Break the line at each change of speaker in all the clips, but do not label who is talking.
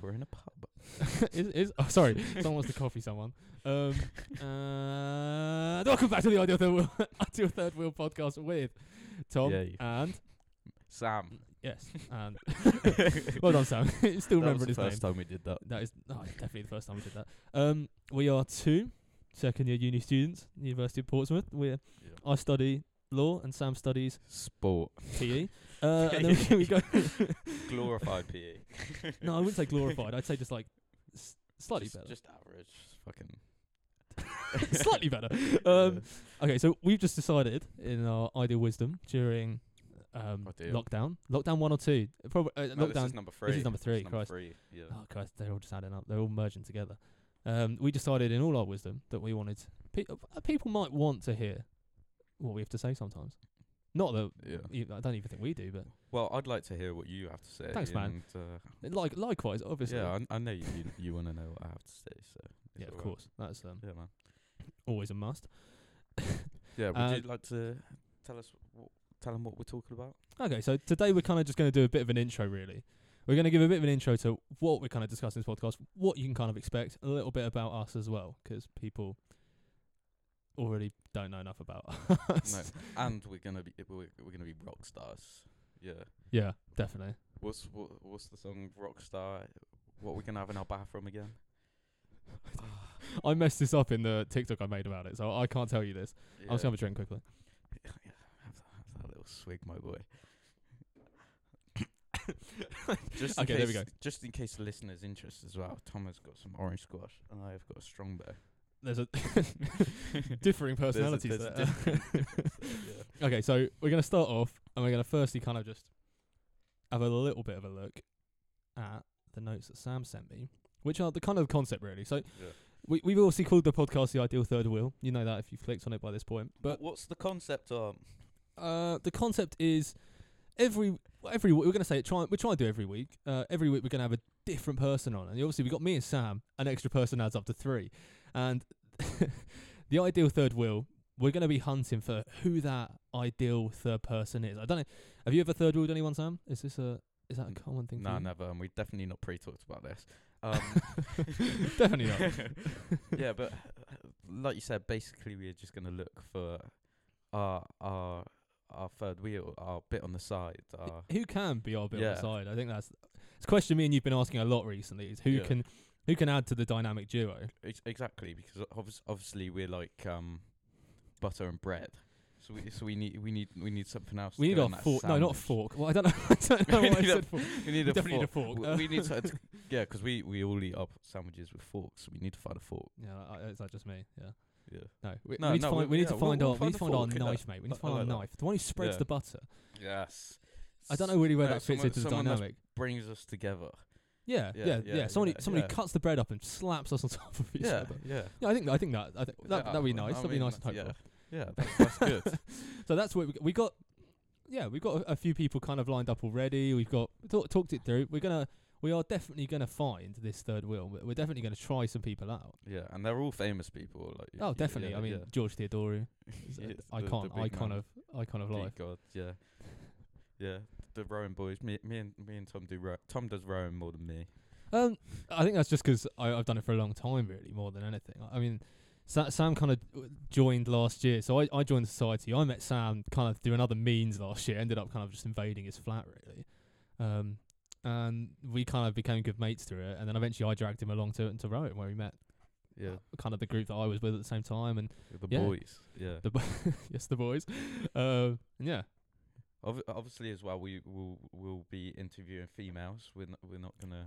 we're in a pub.
is, is, oh, sorry, someone wants to coffee someone. Um, uh, welcome back to the Ideal Third Wheel, Ideal Third Wheel podcast with Tom
Yay.
and
Sam.
yes, and Um, well done, Sam. Still
that was
remembering
the
his name.
first time we did that.
That is oh, it's definitely the first time we did that. Um, we are two second year uni students, University of Portsmouth. We're I study law and Sam studies
Sport.
PE. Uh, and then we go.
Glorified E. PE.
no, I wouldn't say glorified. I'd say just like s- slightly
just,
better.
Just average. Just fucking.
slightly better. Um, okay, so we've just decided in our ideal wisdom during um,
Ideal.
lockdown, lockdown one or two, probably uh,
no, this
lockdown.
is number three.
number three, Christ.
three, Yeah.
oh Christ, they're all just adding up. They're all merging together. Um, we decided in all our wisdom that we wanted pe- uh, people might want to hear what we have to say sometimes. Not that
Yeah.
you- I don't even think we do, but
Well, I'd like to hear what you have to say.
Thanks, man.
and, uh,
like likewise, obviously.
yeah, I, I know you. You, you want to know what I have to say, so. it's
Yeah, of
alright.
course. That's um,
Yeah, man.
always a must.
Yeah. Would
Uh,
you like to tell us? What, tell them what we're talking about.
Okay, so today we're kind of just going to do a bit of an intro, really. We're going to give a bit of an intro to what we're kind of discussing this podcast, what you can kind of expect, a little bit about us as well, because people already don't know enough about us.
and we're gonna be we're, we're gonna be rock stars. Yeah.
Yeah, definitely.
What's what, what's the song Rockstar? What we're gonna have in our bathroom again?
I messed this up in the TikTok I made about it, so I can't tell you this.
Yeah.
I'm just going to have a drink quickly.
have, that, have that little swig, my boy. just in
Okay, there
case,
we
Just in case the listeners' interest as well, Tom has got some orange squash, and I have got a strong bear.
There's a differing personalities
there's a
there. Okay, so we're going to start off, and we're going to firstly kind of just have a little bit of a look at the notes that Sam sent me, which are the kind of concept really. So
Yeah.
we, we've obviously called the podcast the ideal third wheel. You know that if you've clicked on it by this point. But
But what's the concept of?
uh, the concept is every every week we're going to say it. Try we try and do every week. Uh, every week we're going to have a different person on, and obviously we got me and Sam. An extra person adds up to three, and the ideal third wheel. We're going to be hunting for who that ideal third person is. I don't know. Have you ever third wheeled anyone, Sam? Is this a is that a
N-
common thing?
No,
for you?
never, and we definitely not pre-talked about this. Um,
Definitely not.
yeah, but uh, like you said, basically we're just gonna look for our our our third wheel, our bit on the side. Our,
who can be our bit on
Uh, Yeah.
the side? I think that's it's a question me and you've been asking a lot recently. Is who
Yeah.
can who can add to the dynamic duo?
ex- exactly, because obvi- obviously we're like um, butter and bread, so we so we need we need we need something else. to
We need
go
our
in that
fork. No, not
sandwich.
fork. Well, I don't know. I don't know
We
why I
need a-
said fork.
We need a fork.
Definitely need a fork. Uh,
W- we need to, yeah, because we we all eat our sandwiches with forks. So we need to find a fork.
Yeah, I- I- is that just me? Yeah.
Yeah.
No, we,
No,
we need
no,
to
we-
find. We need
yeah,
to
we'll-
find
we'll
our. We
find
need
the
to find our
fork, yeah.
knife, mate. We need
I-
to find
I
our
like that.
knife. The one who spreads
Yeah.
the butter.
Yes.
I don't know really where
No,
that fits
someone-
into the
someone must-
dynamic.
Brings us together.
Yeah,
yeah,
yeah, yeah.
yeah,
Somebody,
yeah,
somebody
yeah.
cuts the bread up and slaps us on top of each
Yeah.
other.
Yeah.
Yeah, I think. I think that. I think that.
Yeah,
that'd be
I
nice. That'd be
mean,
nice and hopeful.
yeah. Yeah, that's, that's good.
So that's what we, we got. Yeah, we've got a, a few people kind of lined up already. We've got talk, talked it through. We're gonna, we are definitely gonna find this third wheel. We're we're definitely gonna try some people out.
Yeah, and they're all famous people. Like,
Oh, definitely. I mean, George uh, Theodoru, is a- icon, icon of icon of life.
God, yeah, yeah. The rowing boys. Me, me and me and Tom do. Row- Tom does rowing more than me.
Um, I think that's just because I've done it for a long time, really, more than anything. I I mean, Sa- Sam kind of joined last year, so I, I joined the society. I met Sam kind of through another means last year. Ended up kind of just invading his flat, really. Um, and we kind of became good mates through it, and then eventually I dragged him along to to Rowan, where we met.
Yeah,
uh, kind of the group that I was with at the same time, and
the
Yeah.
boys. Yeah.
the bo- yes, the boys. Um, yeah,
Ob- obviously, as well, we will will be interviewing females. We're not, we're not gonna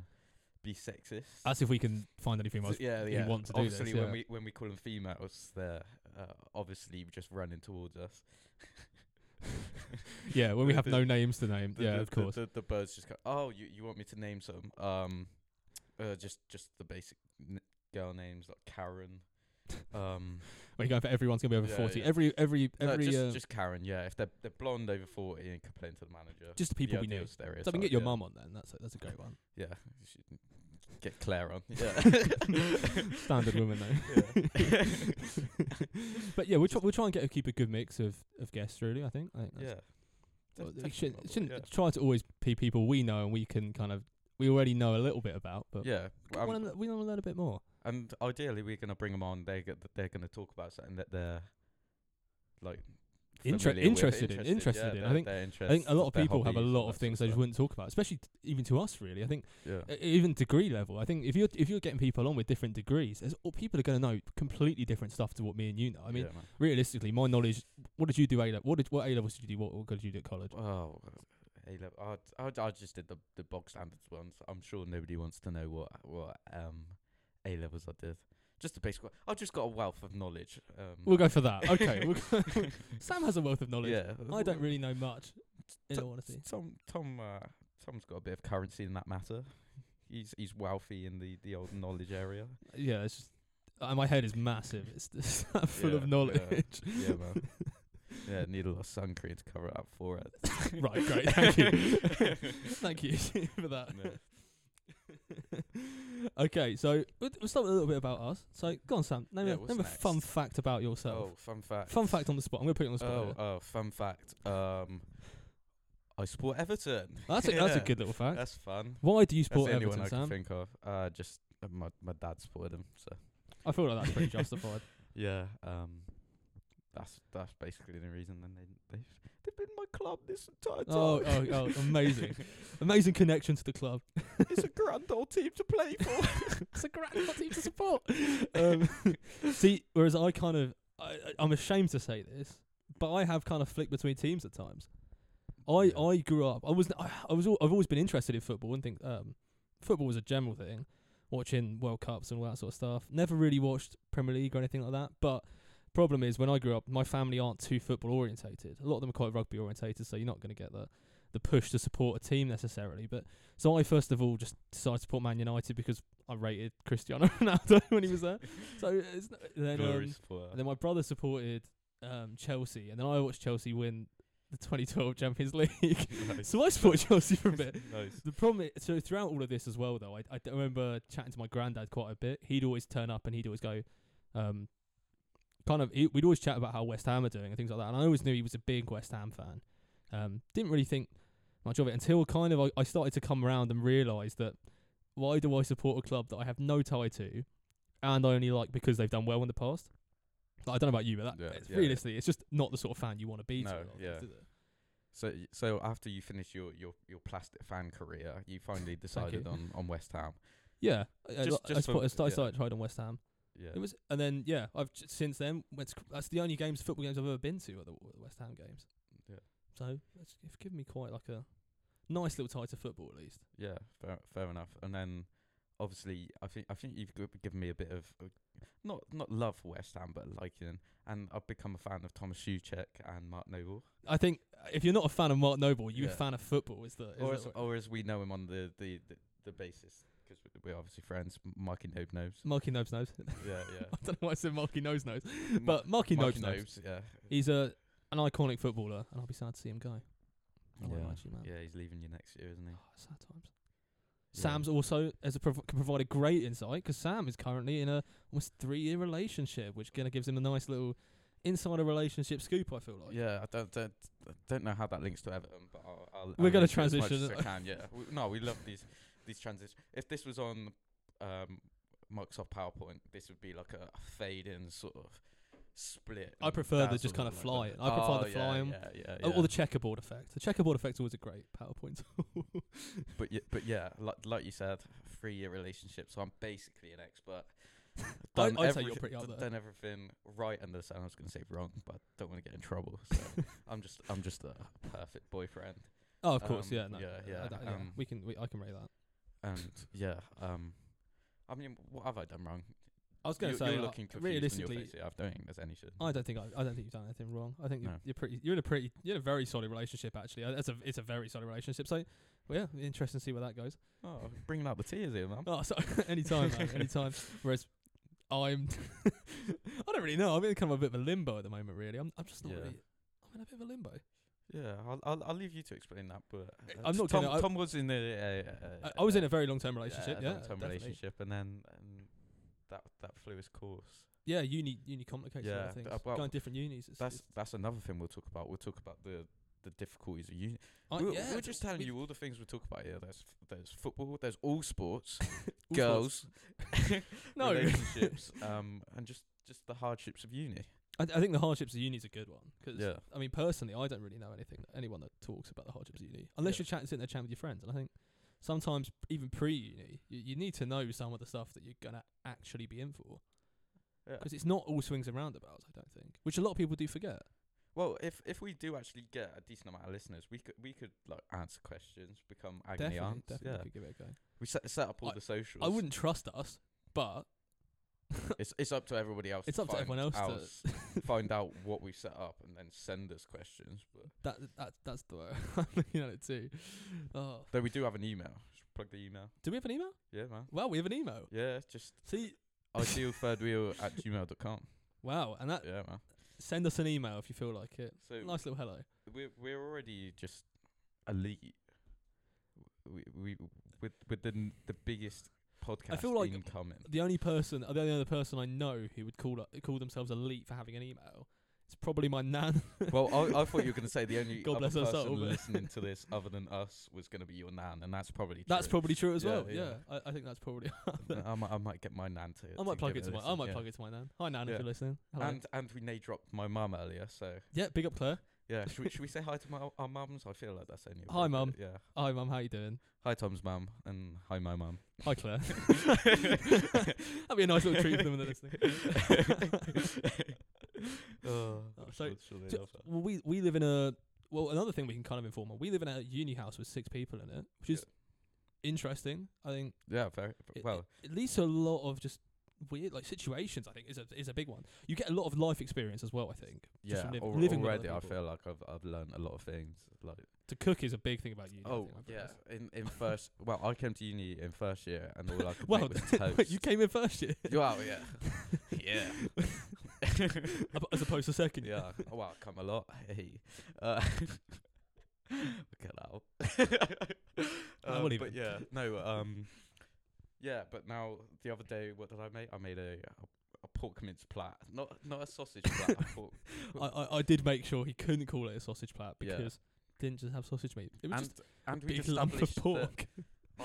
be sexist.
that's if we can find any females.
So, yeah,
who
yeah.
want to do
obviously,
this,
when
yeah.
we when we call them females, they're uh, obviously just running towards us.
Yeah, when we have
The-
no names to name.
The-
Yeah,
the,
of
the-
course.
The, the birds just go. Oh, you, you want me to name some? Um, uh, just just the basic n- girl names like Karen. Um,
We're going for everyone's gonna be over
Yeah,
forty.
yeah.
Every every
no,
every.
just
uh,
just Karen. Yeah, if they're they're blonde over forty and complain to the manager.
just the people we knew.
So
So we can get your mum on then. That's a, that's a great one.
Yeah, you should get Claire on. Yeah,
Standard woman though. but yeah, we'll try, we'll try and get keep a good mix of, of guests. Really, I think. I think that's,
yeah.
well,
Def-
we
definitely
should,
my boy,
shouldn't
yeah.
try to always be people we know and we can kind of we already know a little bit about, but
yeah,
we
um,
want to we want to learn a bit more.
and ideally we're gonna bring them on. They're go- they're gonna talk about something that they're like
Inter-
familiar with,
interested in, interested
yeah,
in. I
their-
think-
their
I think a lot
interests,
of
their
people have a
hobbies,
lot
that sort
of things they
stuff.
just wouldn't talk about, especially t- even to us. Really, I think
Yeah.
e- even degree level. I think if you're if you're getting people on with different degrees, there's, all people are going to know completely different stuff to what me and you know. I mean,
yeah, man.
realistically, my knowledge. What did you do? A level? What did what A levels did you do? What, what did you do at college?
Oh, A level. I, I, I just did the the bog standards ones. I'm sure nobody wants to know what what um A levels I did. Just the basic. one. I've just got a wealth of knowledge. Um,
We'll go for that. Okay. we'll go Sam has a wealth of knowledge.
yeah.
I don't
w-
really know much. In
T-
all honesty,
Tom Tom uh, Tom's got a bit of currency in that matter. He's he's wealthy in the the old knowledge area.
yeah, it's just uh, my head is massive. It's just full
Yeah,
of
yeah.
knowledge.
Yeah, man. yeah, need a lot of sun cream to cover up for it.
right, great. Thank you. Thank you for that.
No.
okay, so we'll, we'll start with a little bit about us. So go on, Sam. Name,
Yeah,
a,
what's
name a fun
next?
fact about yourself.
Oh, fun fact.
Fun fact on the spot. I'm gonna put it on the spot.
Oh,
here.
oh, fun fact. Um, I support Everton.
Oh, that's a, that's a
yeah.
good little fact.
That's fun.
Why do you
That's
support
the only one
Everton,
I can
Sam?
think of. Uh, just uh, my my dad supported him, so
I feel like that's pretty justified.
yeah. Um, that's that's basically the reason. Then they they've, they've been my club this entire time.
Oh, oh, oh, amazing. Amazing connection to the club.
it's a grand old team to play for.
It's a great little team to support. Um, see, whereas I kind of, I, I- I'm ashamed to say this, but I have kind of flicked between teams at times. I
Yeah.
I grew up. I was I, I was al- I've always been interested in football and think um, football was a general thing, watching World Cups and all that sort of stuff. Never really watched Premier League or anything like that. But problem is, when I grew up, my family aren't too football orientated. A lot of them are quite rugby orientated, so you're not going to get the the push to support a team necessarily. But so I first of all just decided to support Man United because I rated Cristiano Ronaldo when he was there. So it's n- then um,
Glorious supporter.
and then my brother supported um, Chelsea, and then I watched Chelsea win the 2012 Champions League.
Nice.
so I supported Chelsea for a bit.
nice.
The problem is, so throughout all of this as well, though, I, I d- remember chatting to my granddad quite a bit. He'd always turn up and he'd always go, um, kind of, he, we'd always chat about how West Ham are doing and things like that. And I always knew he was a big West Ham fan. Um, didn't really think much of it until kind of I, I started to come around and realise that why do I support a club that I have no tie to and I only like because they've done well in the past? Like, I don't know about you, but that,
Yeah,
it's
yeah, yeah.
realistically, it's just not the sort of fan you want to be. to
No,
a lot of
yeah.
times, is it?
So y- so after you finish your your your plastic fan career, you finally decided
you.
on on West Ham.
Yeah, I- I,
Just-
li- I,
just
support-
for-
I started,
yeah.
tried on West Ham.
Yeah.
It was, and then yeah, I've j- since then went. To, cr- that's the only games, football games I've ever been to are the w- West Ham games.
Yeah.
So that's, it's given me quite like a nice little tie to football at least.
Yeah, fair, fair enough. And then, obviously, I think I think you've gi- given me a bit of uh, not not love for West Ham, but liking, and I've become a fan of Thomas Schuchek and Mark Noble,
I think uh, if you're not a fan of Mark Noble, you're
Yeah.
a fan of football. Is the is
or
the
as,
way-
or as we know him on the the the, the basis, because we're obviously friends. M- Mikey Nobe knows.
Marky Nobes knows?
yeah,
I don't know why I said Marky Nose knows,
yeah.
but Marky Nobes
Mikey
knows.
Nobes, yeah,
He's a an iconic footballer, and I'll be sad to see him go. I won't
yeah,
lie to you, man.
yeah. He's leaving you next year, isn't he?
Oh, sad times.
Yeah.
Sam's also as a prov- can provide a great insight 'cause Sam is currently in a almost three year relationship, which kind of gives him a nice little insider relationship scoop. I feel like.
Yeah, I don't, don't I don't know how that links to Everton, but I'll, I'll
We're
I'll
gonna
link to it as much
transition.
as I can. Yeah, we, no, we love these these transitions. If this was on um, Microsoft PowerPoint, this would be like a fade in sort of split.
I
and
prefer the
dazzle
just kinda
and like
fly
that.
it. I prefer
Oh,
the fly
yeah,
'em.
Yeah, yeah,
Oh,
yeah.
Or the checkerboard effect. The checkerboard effect's always a great PowerPoint. tool.
but yeah, but yeah, like like you said, three year relationship. So I'm basically an expert.
I'd- I'd say
everyth-
you're pretty up
d-
there.
Done everything right under the sun. I was gonna say wrong, but don't want to get in trouble. So I'm just I'm just a perfect boyfriend.
oh, of course,
Um,
yeah, no,
yeah,
I
yeah,
don't-
um,
we can, we, I can rate that.
and yeah, um, I mean, what have I done wrong?
I was going
you're,
to say,
you're
uh,
looking confused
realistically,
on your face. Yeah, I don't think there's anything.
I don't think I, I don't think you've done anything wrong. I think you're,
No.
you're pretty. You're in a pretty. You're in a very solid relationship actually. Uh, That's a. It's a very solid relationship. So, well, yeah, be interesting to see where that goes.
Oh, bringing out the tears here, man.
Oh, so anytime, man, anytime. Whereas I'm, I don't really know. I'm in kind of a bit of a limbo at the moment. Really, I'm. I'm just not
Yeah.
really. I'm in a bit of a limbo.
Yeah, I'll, I'll I'll leave you to explain that. But uh,
I'm not
Tom,
gonna- I-
Tom was in a. Uh,
I, I was in a very long-term relationship. Yeah,
long-term
definitely.
relationship, and then and that that flew his course.
Yeah, uni uni complicates a lot
Yeah,
of things.
uh, well,
Going different unis. It's,
That's
it's-
that's another thing we'll talk about. We'll talk about the the difficulties of uni.
I-
we're,
yeah,
we're just telling
we-
you all the things Uh, we talk about here. There's f- there's football, there's all sports,
all sorts.
girls,
No.
relationships, um, and just just the hardships of uni.
I, I think the hardships of uni is a good one 'cause
Yeah.
I mean, personally, I don't really know anything anyone that talks about the hardships of uni unless
Yeah.
you're chatting, sitting there chatting with your friends. And I think sometimes even pre-uni, you, you need to know some of the stuff that you're gonna actually be in for
Yeah.
because it's not all swings and roundabouts. I don't think, which a lot of people do forget.
Well, if if we do actually get a decent amount of listeners, we could we could like answer questions, become agony
definitely,
aunts.
definitely
yeah,
could give it a go.
we set, set up all
I-
the socials.
I wouldn't trust us, but
It's it's up to everybody else.
It's up to
find
everyone else to-
find out what we set up and then send us questions. But
that that that's the way I'm looking at it too. Oh,
though we do have an email. Just plug the email.
do we have an email?
Yeah, man.
Well, we have an email.
Yeah, just
See,
idealthirdwheel at gmail dot com.
wow, and that
Yeah, man.
send us an email if you feel like it.
So
Uh, Nice little hello.
we're we're already just elite. We we with with the n- the biggest podcast
feel like-
incoming.
the only person, the only other person I know who would call uh, call themselves elite for having an email, it's probably my nan.
Well, I, I thought you were going to say the only
God
other
bless her
person
soul, but-
listening to this other than us was going to be your nan, and that's probably true.
that's probably true as
Yeah,
well. Yeah,
yeah.
I, I think that's probably.
I might, I might get my nan to.
I might plug it to my. I
plug
might
it.
plug it to my nan. Hi nan,
Yeah.
if you're listening. Hello.
And and we name dropped my mum earlier, so
yeah, big up Claire.
yeah. Should we, should we say hi to my, our mums? I feel like that's only.
Hi,
appropriate,
mum.
Yeah.
Hi mum, how you doing?
Hi, Tom's mum, and hi, my mum.
Hi Claire. That'd be a nice little treat for them when they're listening.
oh,
Oh,
so,
so- So, well, we we live in a well. Another thing we can kind of inform on. We live in a uni house with six people in it, which is interesting. I think
yeah, very
it,
well.
it, it leads to a lot of just weird like situations. I think is a is a big one. You get a lot of life experience as well. I think.
Yeah,
just from liv-
al-
living with
already
other
I
people.
feel like I've I've learned a lot of things. Like
To cook is a big thing about uni. I
oh
think, I've
yeah,
realised.
in in first well I came to uni in first year and all I could
Wow,
make was toast.
Wait, you came in first year
You are, yeah. yeah.
ab- as opposed to second year.
yeah. Oh, well, I come a lot. Hey. Uh, get out. uh,
I won't even.
But yeah, no, um, yeah, but now the other day, what did I make? I made a, a, a pork mince plat. Not not a sausage plat, a pork.
I, I I did make sure he couldn't call it a sausage plat
Yeah.
because it didn't just have sausage meat. It was
And,
just
and
a
we
big lump of
established that
pork.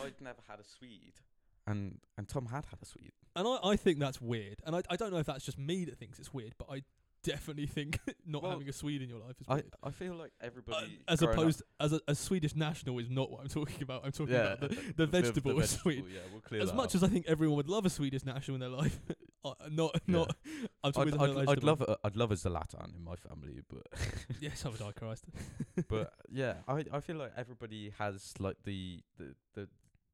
I'd never had a Swede. And and Tom had had a Swede.
And I, I think that's weird. And I, I don't know if that's just me that thinks it's weird, but I definitely think not
Well,
having a Swede in your life is
I,
weird.
I feel like
Uh,
everybody.
as
growing up-
opposed, as a, a Swedish national is not what I'm talking about. I'm talking
Yeah,
about the, the vegetable is Swede.
Yeah, we'll clear
As
that
much
up.
as I think everyone would love a Swedish national in their life, uh, not
Yeah.
not. I'm talking
I'd,
about the
I'd, I'd
vegetable.
love a, I'd love a Zlatan in my family, but
Yes, I would die, Christ.
but yeah, I, I feel like everybody has like the the the,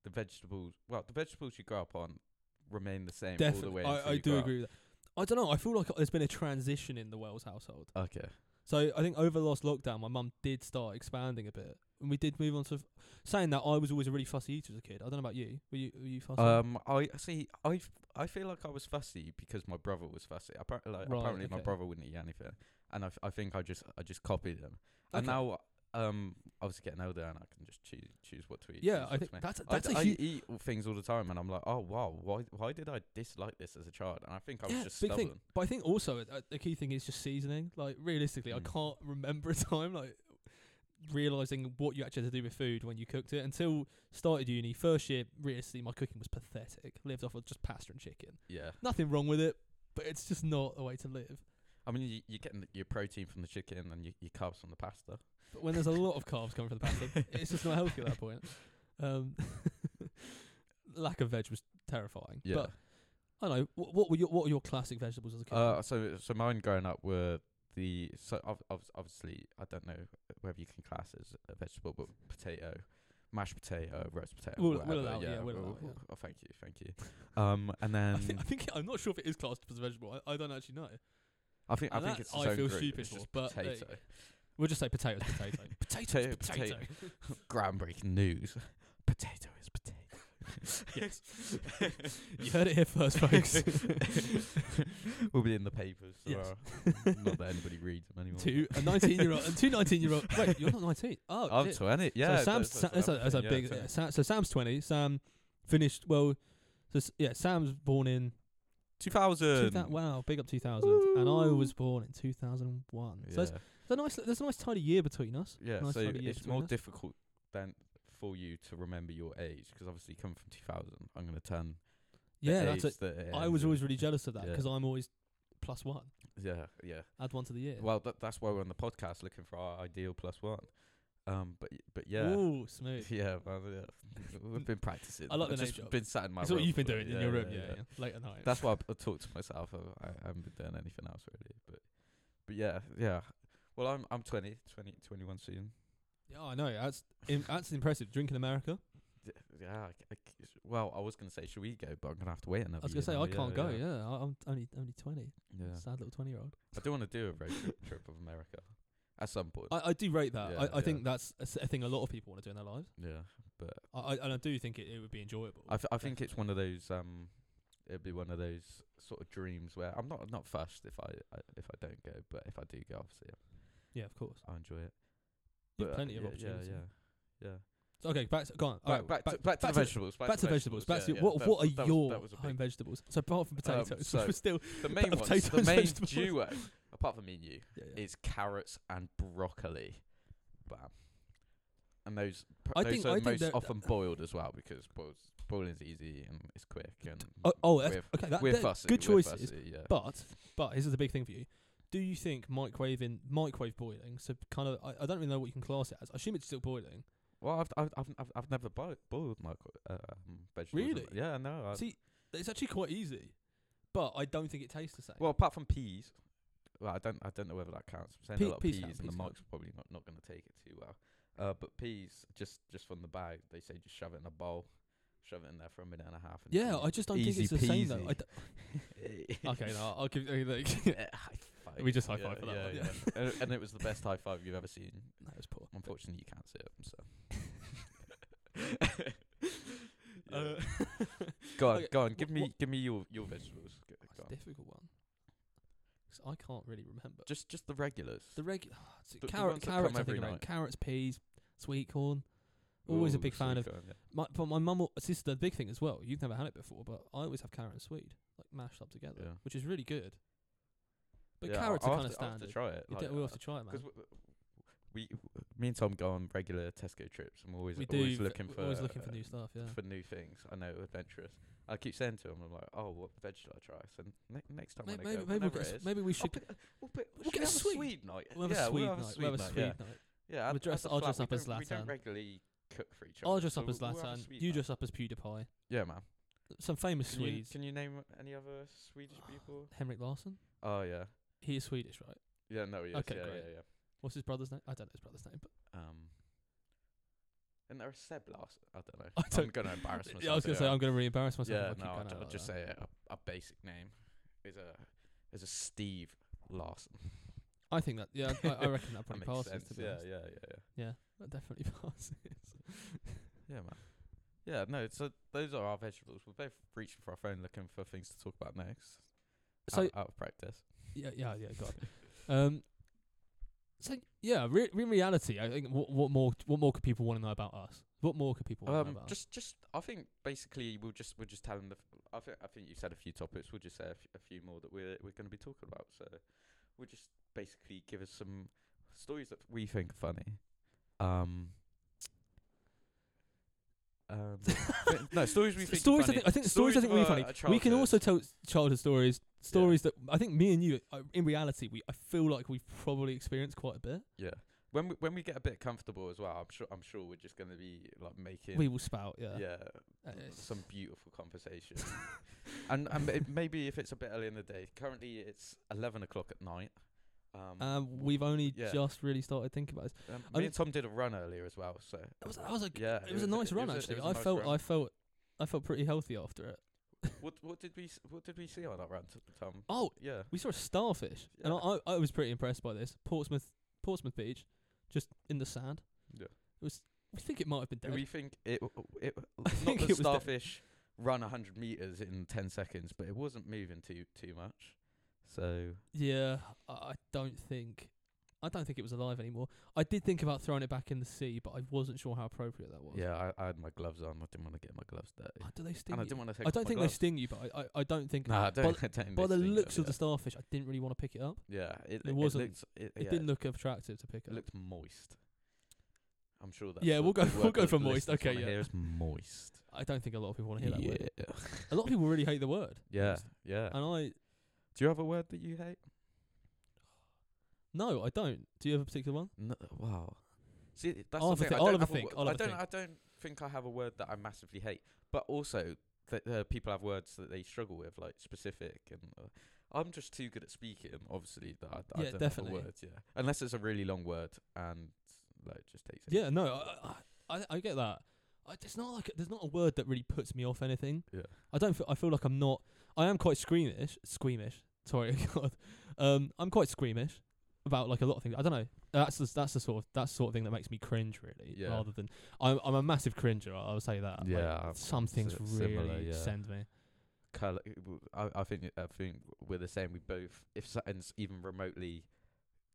the vegetables. Well, the vegetables you grow up on remain the same all the way.
Definitely, I,
until
I
you grow
do
up.
agree with that. I don't know. I feel like there's been a transition in the Wells household.
Okay.
So I think over the last lockdown, my mum did start expanding a bit, and we did move on to. F- saying that, I was always a really fussy eater as a kid. I don't know about you. Were you were you fussy?
Um, I see. I f- I feel like I was fussy because my brother was fussy. Appar- like,
Right,
apparently, my
okay.
brother wouldn't eat anything, and I, f- I think I just I just copied him. And
Okay.
now, um, obviously getting older, and I can just choose choose what to eat. choose
yeah,
what
I
to
think
make.
that's a-
I,
that's a
I
huge
eat all things all the time, and I'm like, oh wow, why why did I dislike this as a child? And I think I was
yeah,
just
big
stubborn.
thing. But I think also uh, the key thing is just seasoning. Like realistically, I
Mm.
can't remember a time like realizing what you actually had to do with food when you cooked it until started uni first year. Realistically, my cooking was pathetic. Lived off of just pasta and chicken.
Yeah,
Nothing wrong with it, but it's just not the way to live.
I mean, you, you're getting your protein from the chicken and your, your carbs from the pasta.
But when there's a lot of carbs coming from the pasta, it's just not healthy at that point. Um, lack of veg was terrifying.
Yeah.
But I don't know. What, what were your what were your classic vegetables as a kid?
Uh, so so mine growing up were the so ob- ob- obviously I don't know whether you can class it as a vegetable, but potato, mashed potato, roast potato.
We'll- we'll
whatever.
allow- yeah, we'll allow, yeah.
Oh, thank you, thank you. Um, and then
I, think, I think I'm not sure if it is classed as a vegetable. I, I don't actually know.
I think I
and
think
that
it's its
I
own
feel
group.
stupid
it's
for,
just
but there you
potato.
We'll just say potato is potato.
Potato, potato, groundbreaking news. Potato is potato.
yes. you heard it here first, folks.
We'll be in the papers
Yes.
tomorrow. Not that anybody reads them anymore.
to a 19 year old and two 19 year old. Wait, you're not 19. Oh,
I'm
shit.
20. Yeah,
so Sam's
that's-
Sa-
that's
that's, a, that's a
another
big. uh,
thing, yeah, 20.
yeah, Sam, so Sam's twenty. Sam finished well. So s- yeah, Sam's born in.
2000.
two thou- wow, big up two thousand, and I was born in two thousand one. So that's,
Yeah.
There's a nice, there's a nice tidy year between us.
Yeah,
nice
so
tidy year
it's
between
more
us.
difficult than for you to remember your age because obviously coming from 2000, I'm going to turn. the
yeah, that's
age
it.
that it
I
ends
was
in.
always really jealous of that
Yeah.
because I'm always plus one.
Yeah, yeah.
Add one to the year.
Well, that, that's why we're on the podcast looking for our ideal plus one. Um, but y- but yeah,
Ooh, smooth.
yeah, well, yeah. We've been practicing.
I like the
I've
name
just
job.
been sat in my.
That's what
room
you've been
for-
doing in your room, yeah, yeah, late at night.
That's why I, I talk to myself. I, I haven't been doing anything else really. But but yeah, yeah. Well, I'm I'm 20, 20 21 soon.
yeah, I know. That's im- that's impressive. Drinking America.
D- Yeah. I c- I c- well, I was gonna say should we go, but I'm gonna have to wait another.
I was
year
gonna say
now.
I can't
yeah,
go.
Yeah.
Yeah, I I'm only only twenty.
yeah.
Sad little twenty year old.
I do want to do a road trip, trip of America at some point.
I, I do rate that.
Yeah,
I, I
yeah.
think that's a, s- a thing a lot of people want to do in their lives.
yeah, but
I, I and I do think it, it would be enjoyable.
I, th- I think it's one of those. Um, it'd be one of those sort of dreams where I'm not not fussed if I, I if I don't go, but if I do go, obviously
yeah, of course.
I enjoy it.
You've
But, uh,
plenty of
yeah,
opportunities.
Yeah, yeah, yeah.
So, okay, back to, go on.
Back,
Alright,
Oh, back, to, back, to the vegetables.
Back, to vegetables. Back to
yeah,
what?
yeah. That
what
was-
are
that was-
your
that was a
home
big- Um,
vegetables? So apart from potatoes, which
so-
we're still
The main
of
ones,
potatoes
the
and
main
vegetables?
duo, apart from me and you,
yeah, yeah.
is carrots and broccoli. Bam. And those, pr-
I
those
think-
are
I think
most
they're-
often boiled as well because boils, boiling's easy and it's quick and
Oh, oh that's,
we're,
okay. That,
we're
that-
fussy.
good
we're
choices.
fussy, yeah.
But but here's the big thing for you. Do you think microwaving microwave boiling? So kind of I, I don't really know what you can class it as. I assume it's still boiling.
Well, I've I've I've, I've, I've never boiled, boiled my co- uh, um, vegetables. in-
Really?
Yeah, no. I,
See, it's actually quite easy, but I don't think it tastes the same.
well, apart from peas, well, I don't I don't know whether that counts. I'm saying
Pea-
a lot of
peas
peas,
count,
and
peas
the
count.
mic's probably not, not going to take it too well. Uh, but peas, just just from the bag, they say just shove it in a bowl, shove it in there for a minute and a half. And
yeah,
eat
I just don't think
Easy
it's the same though. I
peasy.
d-
it.
okay, no, I'll give you like,
Uh, high five.
We just high
Yeah,
five for that
yeah,
one,
yeah. and, and it was the best high five you've ever seen.
that was poor.
Unfortunately, you can't see it. So. Yeah.
Uh,
go on,
okay,
go on. Give
wha-
me
what-
give me your your vegetables. Go,
That's
go
a
on.
difficult one. 'Cause I can't really remember.
Just just the regulars.
The regular
the
carrot,
ones that
carrots.
come
I think
every
about
night.
carrots, peas, sweet corn. Always a
Ooh,
big fan
sweet
of
corn, yeah.
My, but my mum, al- this is the big thing as well. You've never had it before, but I always have carrot and swede, like mashed up together,
Yeah.
which is really good. But
Yeah, I'll-
carrots
I'll have
are kind of
to- I'll have
standard.
to try it.
You
like,
do- we'll
uh,
have to try it, man.
'cause w- we, me and Tom go on regular Tesco trips. I'm always
we
always
do.
looking
we're
for
always looking for
uh,
new stuff. Yeah.
for new things. I know adventurous. I keep saying to him, I'm like, oh, what veg should I try? So ne- next time
May-
when
maybe,
I go,
maybe, we'll
whenever
get a
it
s-
is,
maybe we
I'll
should.
pick a- we'll pick-
we'll
should
get
we
a
have
Swede.
night.
We'll have
yeah,
a swede
we'll have
night.
a
we'll
Swede
have a
night,
swede
yeah.
night.
Yeah,
We'll dress-
the
I'll dress
flat,
up
we
as
don't- We don't
Zlatan.
regularly cook for each other.
I'll dress
so
up as
we'll have a
Latan.
Swede
You
night.
dress up as PewDiePie.
Yeah, man.
Some famous
Can you,
Swedes.
can you name any other Swedish people?
Henrik Larsson.
Oh yeah,
He is Swedish, right?
yeah. No, yes,
Okay,
yeah,
great.
yeah,
What's his brother's name? I don't know his brother's name, but
yeah. Um, and there is Seb Larson. I don't know.
I
I'm
don't-
gonna embarrass myself.
yeah, I was gonna say
here.
I'm gonna re-embarrass myself.
Yeah,
if I keep
no,
going out
I'll,
like
just
that.
say a, a basic name. Is a is a Steve Larson.
I think that. Yeah, I, I reckon that
that
probably passes.
makes sense.
To be
Yeah,
honest.
yeah, yeah, yeah.
yeah, that definitely passes.
Yeah, man. Yeah, no. So those are our vegetables. We're both reaching for our phone, looking for things to talk about next.
So
out, out of practice.
Yeah, yeah, yeah. God. um. So yeah, re- in reality, I think what what more what more could people want to know about us? What more could people want to
Um,
know about us?
just, just. I think basically we'll just we'll just tell them. The f- I think I think you said a few topics. We'll just say a, f- a few more that we're we're going to be talking about. So we'll just basically give us some stories that we think are funny. Um. Um, thi- no stories we
S-
think. are
stories.
funny.
I think I think the stories. I think we
of
funny.
our
We can
childhood.
also tell s- childhood stories. Stories that I think me and you, uh, in reality, we I feel like we've probably experienced quite a bit.
Yeah. When we when we get a bit comfortable as well, I'm sure I'm sure we're just going to be like making.
We will spout. Yeah.
yeah,
Uh,
th-
it's-
some beautiful conversation. and and ma- maybe if it's a bit early in the day. Currently, it's eleven o'clock at night. Um,
Um, we've only
yeah.
just really started thinking about this.
um,
I
me
mean-
and Tom did a run earlier as well, so
It was, that was a, g-
yeah,
it was a nice
it
run
was it
actually.
was
I
a nice
felt
run.
I felt I felt pretty healthy after it.
what what did we s what did we see on that run, t- Tom?
Oh,
Yeah,
We saw a starfish, and
Yeah.
I, I, I was pretty impressed by this. Portsmouth, Portsmouth Beach, just in the sand.
Yeah.
it was. We think it might have been
Do
dead.
we think it it
think
not
it
the
was dead.
starfish run hundred meters in ten seconds, but it wasn't moving too too much. So
yeah, I I don't think. I don't think it was alive anymore. I did think about throwing it back in the sea, but I wasn't sure how appropriate that was.
Yeah, I, I had my gloves on. I didn't want to get my gloves dirty.
Oh, do they sting
And I
you?
didn't want to take
I
off
don't
my
think
gloves.
they sting you, but I, I, I don't think.
Nah, I
by,
don't, I don't think
by
they
the
sting you,
looks of
yeah.
the starfish, I didn't really want to pick it up.
Yeah, it,
It wasn't-
looked, it,
It
yeah,
didn't look attractive to pick
It
up.
looked moist. I'm sure that.
Yeah, we'll go- we'll go for moist, okay, yeah.
Here's moist.
I don't think a lot of people want to hear that
Yeah.
word. A lot of people really hate the word.
yeah,
Moist.
yeah.
And I
Do you have a word that you hate?
no, I don't. Do you have a particular one?
No, wow. See, that's
I'll
the
have a
thing.
thi-
I don't
I'll have a
have a
think,
wo-
I'll
I
have a
don't.
think.
I don't think I have a word that I massively hate. But also, that uh, people have words that they struggle with, like specific. And uh, I'm just too good at speaking. Obviously, that I, that I
Yeah,
don't have
definitely.
a word. Yeah, unless it's a really long word and like just takes. it.
Yeah, no, I I, I, I get that. I, it's not like there's not a word that really puts me off anything.
Yeah.
I don't. Feel, I feel like I'm not. I am quite squeamish. Squeamish. Sorry, God. Um, I'm quite squeamish about like a lot of things. I don't know. That's the, that's the sort of that's the sort of thing that makes me cringe really.
Yeah.
Rather than I'm I'm a massive cringer. I would say that. Like,
Yeah,
some things
si-
really
similar, yeah.
send me.
color. I, I think I think we're the same. We both, if something's even remotely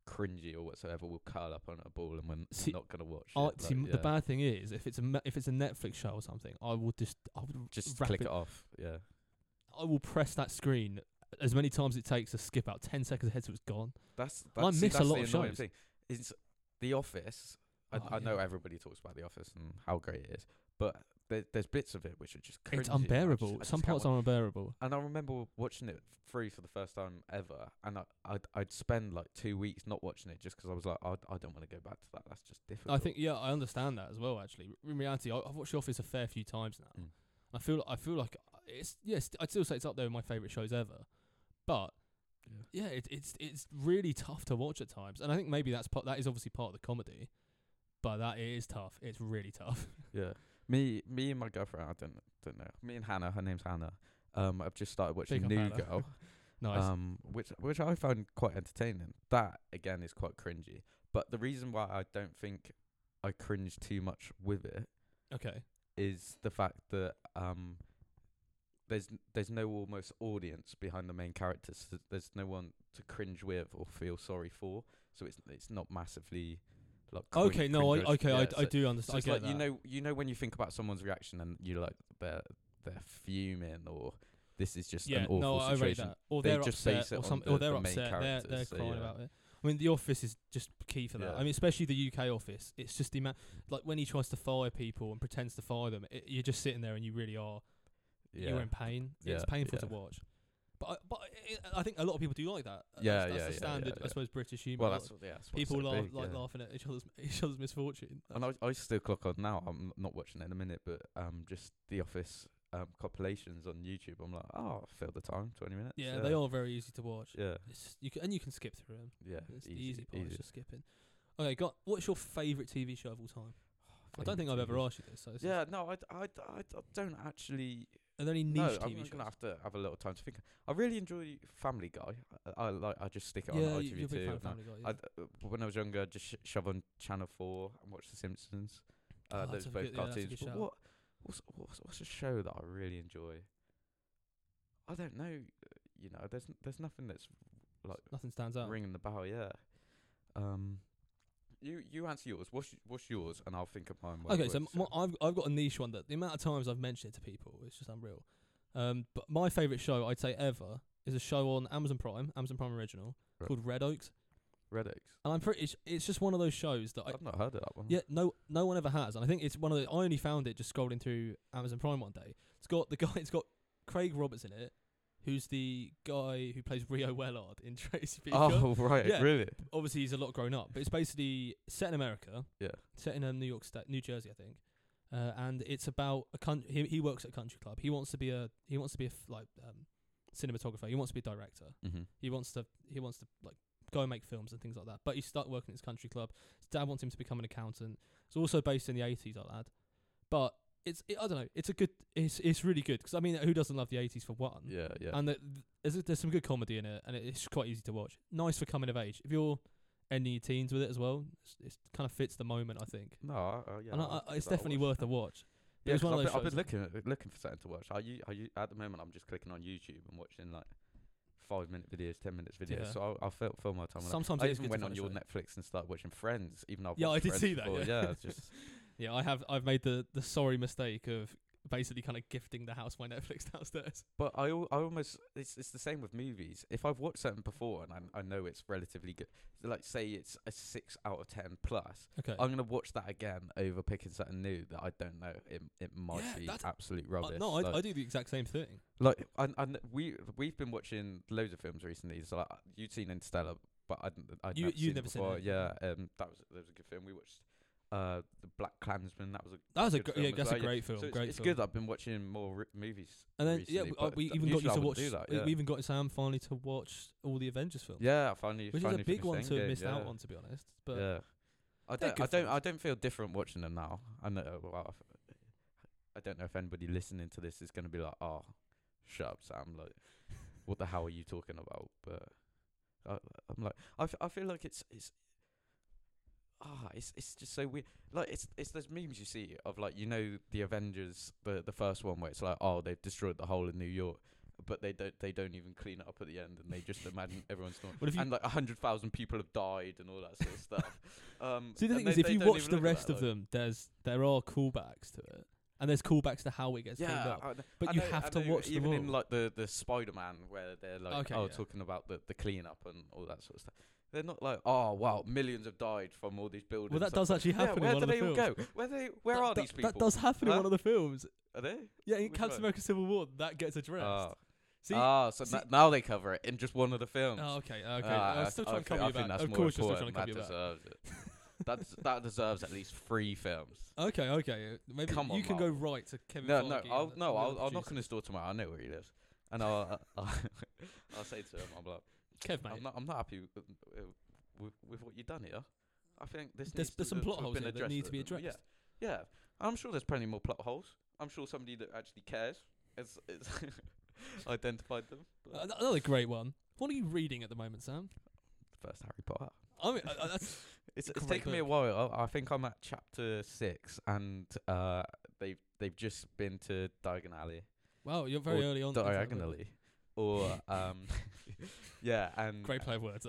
cringy or whatsoever, we'll curl up on a ball and we're n-
See,
not gonna watch. it.
I Oh, see.
like, yeah.
The bad thing is if it's a me- if it's a Netflix show or something, I will just I would
Just
rapid,
click it off. Yeah.
I will press that screen as many times it takes to skip out ten seconds ahead so it's gone.
That's,
I
that's see,
miss a
that's
lot
the
of
annoying
shows.
Thing. It's The Office. I,
Oh,
I know
yeah.
everybody talks about The Office and how great it is, but there, there's bits of it which are just cringy.
It's
and I just-
unbearable.
I
Some
just can't
parts are unbearable.
And I remember watching it through for the first time ever, and I, I'd I'd spend like two weeks not watching it just 'cause I was like, I, I don't want to go back to that. That's just difficult.
I think yeah, I understand that as well. Actually, in reality, I, I've watched The Office a fair few times now.
Mm.
I feel I feel like uh, it's yes, I'd still say it's up there with my favourite shows ever. But yeah, it, it's it's really tough to watch at times, and I think maybe that's part that is obviously part of the comedy. But that it is tough. It's really tough.
Yeah. Me me and my girlfriend, I don't don't know. Me and Hannah, her name's Hannah. Um I've just started watching
Big up
New
Hannah.
Girl.
nice.
um which which I find quite entertaining. That again is quite cringy. But the reason why I don't think I cringe too much with it
okay.
is the fact that um there's n- there's no almost audience behind the main characters. Th- There's no one to cringe with or feel sorry for. So it's it's not massively like crin-
Okay. No. I
cringerous.
okay. I,
Yeah,
d-
so-
I do understand.
so
I
it's
get
like
that.
you know, you know when you think about someone's reaction and you like they're they're fuming or this is just
yeah,
an awful
no, I rate
situation.
that. Or
They
they're
just
upset,
base it
or
on
some,
the-
or they're
the main
upset. They're, they're
characters, so
crying
yeah.
about it. I mean, the office is just key for that.
Yeah.
I mean, especially the UK office. It's just the amount, like when he tries to fire people and pretends to fire them. It, you're just sitting there and you really are. You're in pain. It's
Yeah,
painful to
yeah.
watch. But I, but uh, I- I think a lot of people do like that. That's-
Yeah,
that's,
yeah,
the
yeah,
standard,
yeah,
I
yeah.
suppose, British humour.
well,
Like,
that's yeah. That's what's
people
so
laugh,
big,
like
yeah.
laughing at each other's each other's misfortune.
And I, I still clock on now. I'm not watching it in a minute, but um, just the office um compilations on YouTube. I'm like, oh, I filled the time, twenty minutes.
yeah, they are very easy to watch.
Yeah,
It's just, you can, and you can skip through them.
yeah.
It's the easy part. It's just skipping. Okay, got. What's your favourite TV show of all time? I don't think I've ever asked you this. So this is-
Yeah, no, I, d- I, d- I d- I don't actually
Are there any niche
no, I'm I'm
TV shows?
gonna have to have a little time to think. I really enjoy Family Guy. I, I like. I just stick it
yeah,
on
you- you're a
ITV2.
big fan
and
of
I-
Family Guy. yeah.
I, uh, when I was younger, I'd just sh- shove on Channel Four and watch The Simpsons.
Oh,
Uh,
that's
those
a
both
good- yeah, that's a
cartoons.
good
but
shout.
what what's, what's what's a show that I really enjoy? I don't know. uh, You know, there's n- there's nothing that's like
Nothing stands out.
ringing the bell. Yeah. Um, you you answer yours. What's y- what's yours? And I'll think of mine. when
okay,
it
so
works
my,
out.
I've I've got a niche one that the amount of times I've mentioned it to people, it's just unreal. Um, but my favourite show I'd say ever is a show on Amazon Prime, Amazon Prime original,
Right.
called Red Oaks,
Red Oaks.
and I'm pretty. It's, it's just one of those shows that I.
I've not heard of that one.
Yeah, no, no one ever has, and I think it's one of the. I only found it just scrolling through Amazon Prime one day. It's got the guy. It's got Craig Roberts in it, who's the guy who plays Rio Wellard in Tracy Beaker.
Oh right,
Yeah.
really?
obviously he's a lot grown up, but it's basically set in America.
Yeah.
Set in um, New York State, New Jersey, I think. Uh, and it's about a country. He, he works at a country club. He wants to be a he wants to be a f- like um, cinematographer. He wants to be a director.
Mm-hmm.
He wants to he wants to like go and make films and things like that. But he's stuck working at his country club. His dad wants him to become an accountant. It's also based in the eighties, I'll add. But it's it, I don't know. It's a good. It's it's really good 'cause I mean, who doesn't love the eighties for one?
Yeah, yeah.
and the, there's there's some good comedy in it, and it's quite easy to watch. Nice for coming of age. If you're ending your teens with it as well, it kind of fits the moment, I think.
no, I, I- yeah.
and I,
I'll
I,
give
it's
that a
definitely
watch.
worth a watch. But
Yeah,
it's
'cause
one of
I've
those
been, I've
shows
been looking at, looking for something to watch. Are you are you at the moment? I'm just clicking on YouTube and watching like five minute videos, ten minutes videos.
Yeah.
So I'll, I'll fill, fill my time. on that.
Sometimes
I
it is
even
good to
went on
find a
your
show.
Netflix and started watching Friends. Even though I've
Yeah, I
watched
did
Friends
see that,
before.
yeah.
it's just
Yeah, I have. I've made the the sorry mistake of basically kind of gifting the house my Netflix downstairs.
But I, al- I almost it's it's the same with movies. If I've watched something before and I, I know it's relatively good, so like say it's a six out of ten plus,
Okay.
I'm gonna watch that again over picking something new that I don't know. It it might
Yeah,
be
that's- uh,
absolute rubbish.
no, I,
like,
I do the exact same thing.
like and and we we've been watching loads of films recently. So like you've seen Interstellar, but I didn't. I'd
You-
never
you've
seen
never
it
seen
before.
it,
yeah, um, that was that was a good film. We watched uh the Black Klansman. That was a
That was a
Good
gr-
film
yeah,
as
that's
well,
a
yeah.
great film.
so it's,
great
it's
film.
good. I've been watching more re- movies.
And then
recently,
yeah, we, uh,
but
we
th-
even got you
usually I
to
wouldn't
watch.
do that,
we,
yeah.
we even got Sam finally to watch all the Avengers films.
Yeah, I finally.
which is
finally
a big
finished
one to have
Endgame,
missed out
yeah.
on, to be honest. But
yeah, I
they're
don't.
good
I don't.
films.
I don't feel different watching them now. I know. Well, I've- I don't know if anybody listening to this is going to be like, "Oh, shut up, Sam! Like, what the hell are you talking about?" But I, I'm like, I, f- I feel like it's it's. Ah, it's it's just so weird. Like it's it's those memes you see of like you know the Avengers the the first one where it's like oh they've destroyed the whole of New York, but they don't they don't even clean it up at the end and they just imagine everyone's normal
Well, if you-
and like a hundred thousand people have died and all that sort of stuff. Um,
see, the
and
thing
they-
is, if
they
you
don't
watch
even
the
look at
rest
that,
of
like-
them, there's there are callbacks to it, and there's callbacks to how it gets cleaned
yeah,
up.
I kn-
But
I
you
know-
have
I
to
know
watch them
even in
all.
like the the Spider Man where they're like
Okay,
oh
yeah.
talking about the the cleanup and all that sort of stuff. They're not like oh wow millions have died from all these buildings.
well, that
I'm
does
like,
actually
yeah,
happen
where
in one
do
of the
they all
films.
go? Where they where
That-
are
that-
these people?
That does happen in
Huh?
one of the films.
Are they?
Yeah, in
Which
Captain
one?
America: Civil War, that gets addressed.
Ah,
See,
Ah, so
see-
na- now they cover it in just one of the films.
Oh, okay, okay.
Ah,
I was still
I
trying to
thi-
cover
I
you
think
back.
that's
Of
more
course, you're still trying to
important.
cover you
that
back.
deserves it. That's, that deserves at least three films.
Okay, okay. Maybe
Come
you
on,
can go
Mark.
right to Kevin.
No,
Feige
no,
and
I'll no,
the- and the
I'll, I'll knock on
producer.
his door tomorrow. I know where he lives, and I'll I'll, I'll say to him, I'm like,
Kev, mate.
I'm not I'm not happy with, uh, with, with what you've done here. I think this
There's-
needs
there's
to,
some
to
plot
have
holes
been
here that need to be
and-
addressed.
Yeah, yeah. I'm sure there's plenty more plot holes. I'm sure somebody that actually cares has, has identified them. But
Uh, Another great one. What are you reading at the moment, Sam?
the first Harry Potter.
I mean, uh, uh, that's
It's, it's
Great
taken me a
book.
while. I I think I'm at chapter six, and uh, they've they've just been to Diagon Alley.
wow. You're very
Or
early on. into that book.
diagonally or um yeah and
Great play of words.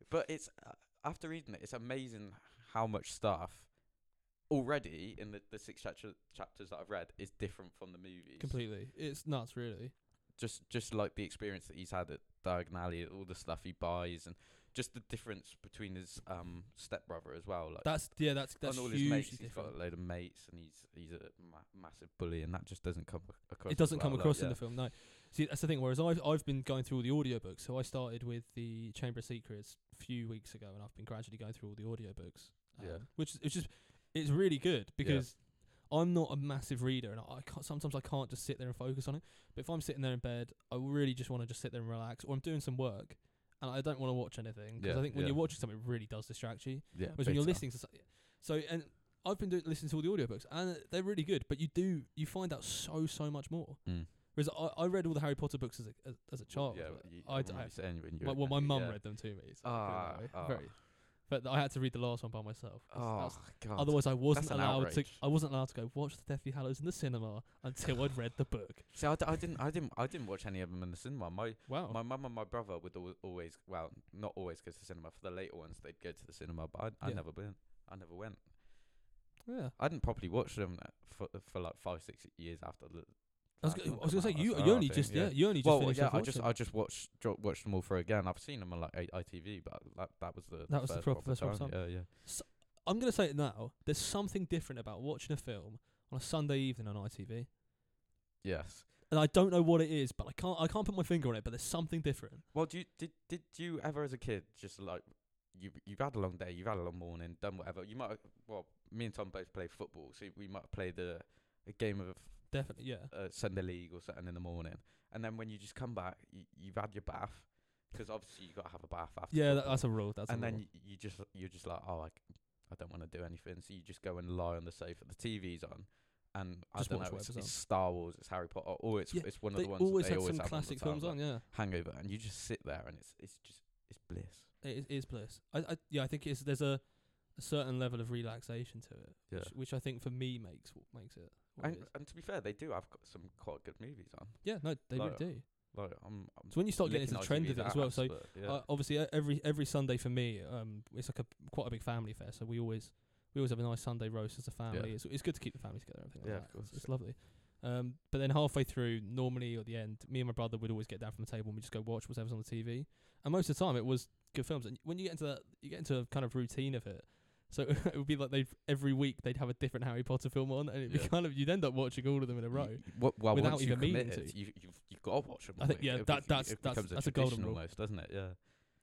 but it's uh, after reading it it's amazing how much stuff already in the, the six chapter, chapters that i've read is different from the movies
Completely. It's nuts, really.
just just like the experience that he's had at diagon alley all the stuff he buys and just the difference between his um stepbrother as well like
That's yeah. That's that's
and all his mates,
hugely
he's got
different.
a load of mates, and he's he's a ma- massive bully, and that just doesn't come ac- across.
It doesn't
well,
come
like,
across in
yeah.
the film. No. See, that's the thing. Whereas I've I've been going through all the audiobooks. So I started with the Chamber of Secrets a few weeks ago, and I've been gradually going through all the audiobooks. um,
Yeah.
Which is- it's just it's really good because I'm not a massive reader, and I, I can't, sometimes I can't just sit there and focus on it. But if I'm sitting there in bed, I really just want to just sit there and relax, or I'm doing some work. And I don't want to watch anything 'cause
Yeah,
I think when
yeah.
you're watching something, it really does distract you.
Yeah,
Whereas when
big
you're
time.
listening to something, so and I've been doing listening to all the audiobooks and they're really good, but you do you find out so so much more.
Mm.
Whereas I, I read all the Harry Potter books as a as, as a child.
Yeah,
but
you,
I, d-
remember
I-
you saying when you
my,
were
well, my
younger,
mum
yeah.
read them to me. So
Ah,
I put it that way.
ah.
Very- But I had to read the last one by myself. 'cause
Oh
that's-
god.
otherwise, I wasn't
an
allowed to.
outrage.
I wasn't allowed to go watch the Deathly Hallows in the cinema until I'd read the book.
See, I, d- I didn't, I didn't, I didn't watch any of them in the cinema. My
Wow.
my mum and my brother would al- always, well, not always go to the cinema. For the later ones, they'd go to the cinema, but I, I
Yeah.
never been. I never went.
yeah.
I didn't properly watch them uh, for for like five, six years after the.
I was,
last
go-
one
I was gonna
come
say
out
you.
as
you
well, I
only
think,
just yeah.
yeah.
You only just
well,
finished.
yeah,
off
I just,
watching.
I just watched jo- watched them all through again. I've seen them on like I- ITV, but that that was the
That was the
first
proper- first proper
time. Yeah, yeah.
I'm gonna say it now. There's something different about watching a film on a Sunday evening on ITV,
Yes.
and I don't know what it is, but I can't I can't put my finger on it. But there's something different.
Well, do you, did did you ever as a kid just like you you've had a long day, you've had a long morning, done whatever. You might have- well, me and Tom both play football, so we might play the a game of
Definitely, yeah.
uh, Sunday league or something in the morning, and then when you just come back, you, you've had your bath 'cause obviously you got to have a bath after.
Yeah, that,
football.
that's a rule. That's
and
a
then
rule.
you, you just you're just like oh I, c- I don't want to do anything, so you just go and lie on the sofa. The TV's on. And
Just
I don't
watch
know, it's,
whatever's on.
it's Star Wars, it's Harry Potter, or it's
Yeah,
it's one of
they
the ones
always
that they
had
always have on
some
the
classic
time,
films
like
on. Yeah,
hangover and you just sit there and it's it's just it's bliss.
it is, it is bliss. I, I yeah, I think it's there's a, a certain level of relaxation to it,
Yeah.
which, which I think for me makes what makes it. What it
And,
is.
and to be fair, they do have got some quite good movies on.
Yeah, no, they
like-
really do.
Like I'm. I'm
So when you start getting into the
licking
trend of it
ITV's
as well,
ass,
so
but, yeah.
uh, obviously uh, every every Sunday for me, um, it's like a quite a big family affair. So we always we always have a nice Sunday roast as a family. It's, it's good to keep the family together. and Everything like
Yeah,
that.
of
It's-
course.
It's, lovely. Um, but then halfway through, normally at the end, me and my brother would always get down from the table and we just go watch whatever's on the TV. And most of the time, it was good films. And when you get into that, you get into a kind of routine of it. So it would be like they every week they'd have a different Harry Potter film on, and it'd be
Yeah.
kind of you'd end up watching all of them in a
You-
row.
you- wha- well,
without
once you
even meaning
committed,
to.
You, you've you've got to watch them.
I think, yeah, that- that's- that's-
becomes
that's a golden
tradition
rule.
almost, doesn't it? Yeah.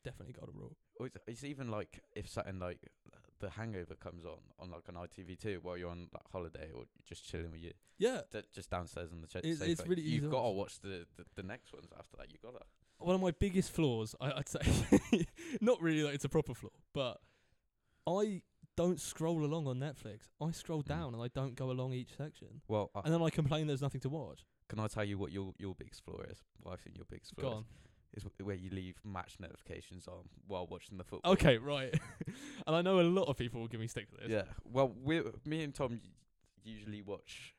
Definitely got a rule.
Or it's, it's even like if something like The Hangover comes on on like an ITV two while you're on like holiday or you're just chilling with you
Yeah,
d- just downstairs on the chair.
It's- it's really easy
You've
to
got to watch the, the the next ones after that. You gotta.
one of my biggest flaws, I, I'd say, not really that it's a proper flaw, but I don't scroll along on Netflix. I scroll
Mm. Ah.
down and I don't go along each section,
Well, I,
and then I complain there's nothing to watch.
can I tell you what your your biggest flaw is? Well, I think your biggest
Go
flaw is,
on.
is wh- where you leave match notifications on while watching the football.
Okay, right. and I know a lot of people will give me stick for this.
Yeah. Well, we me and Tom y- usually watch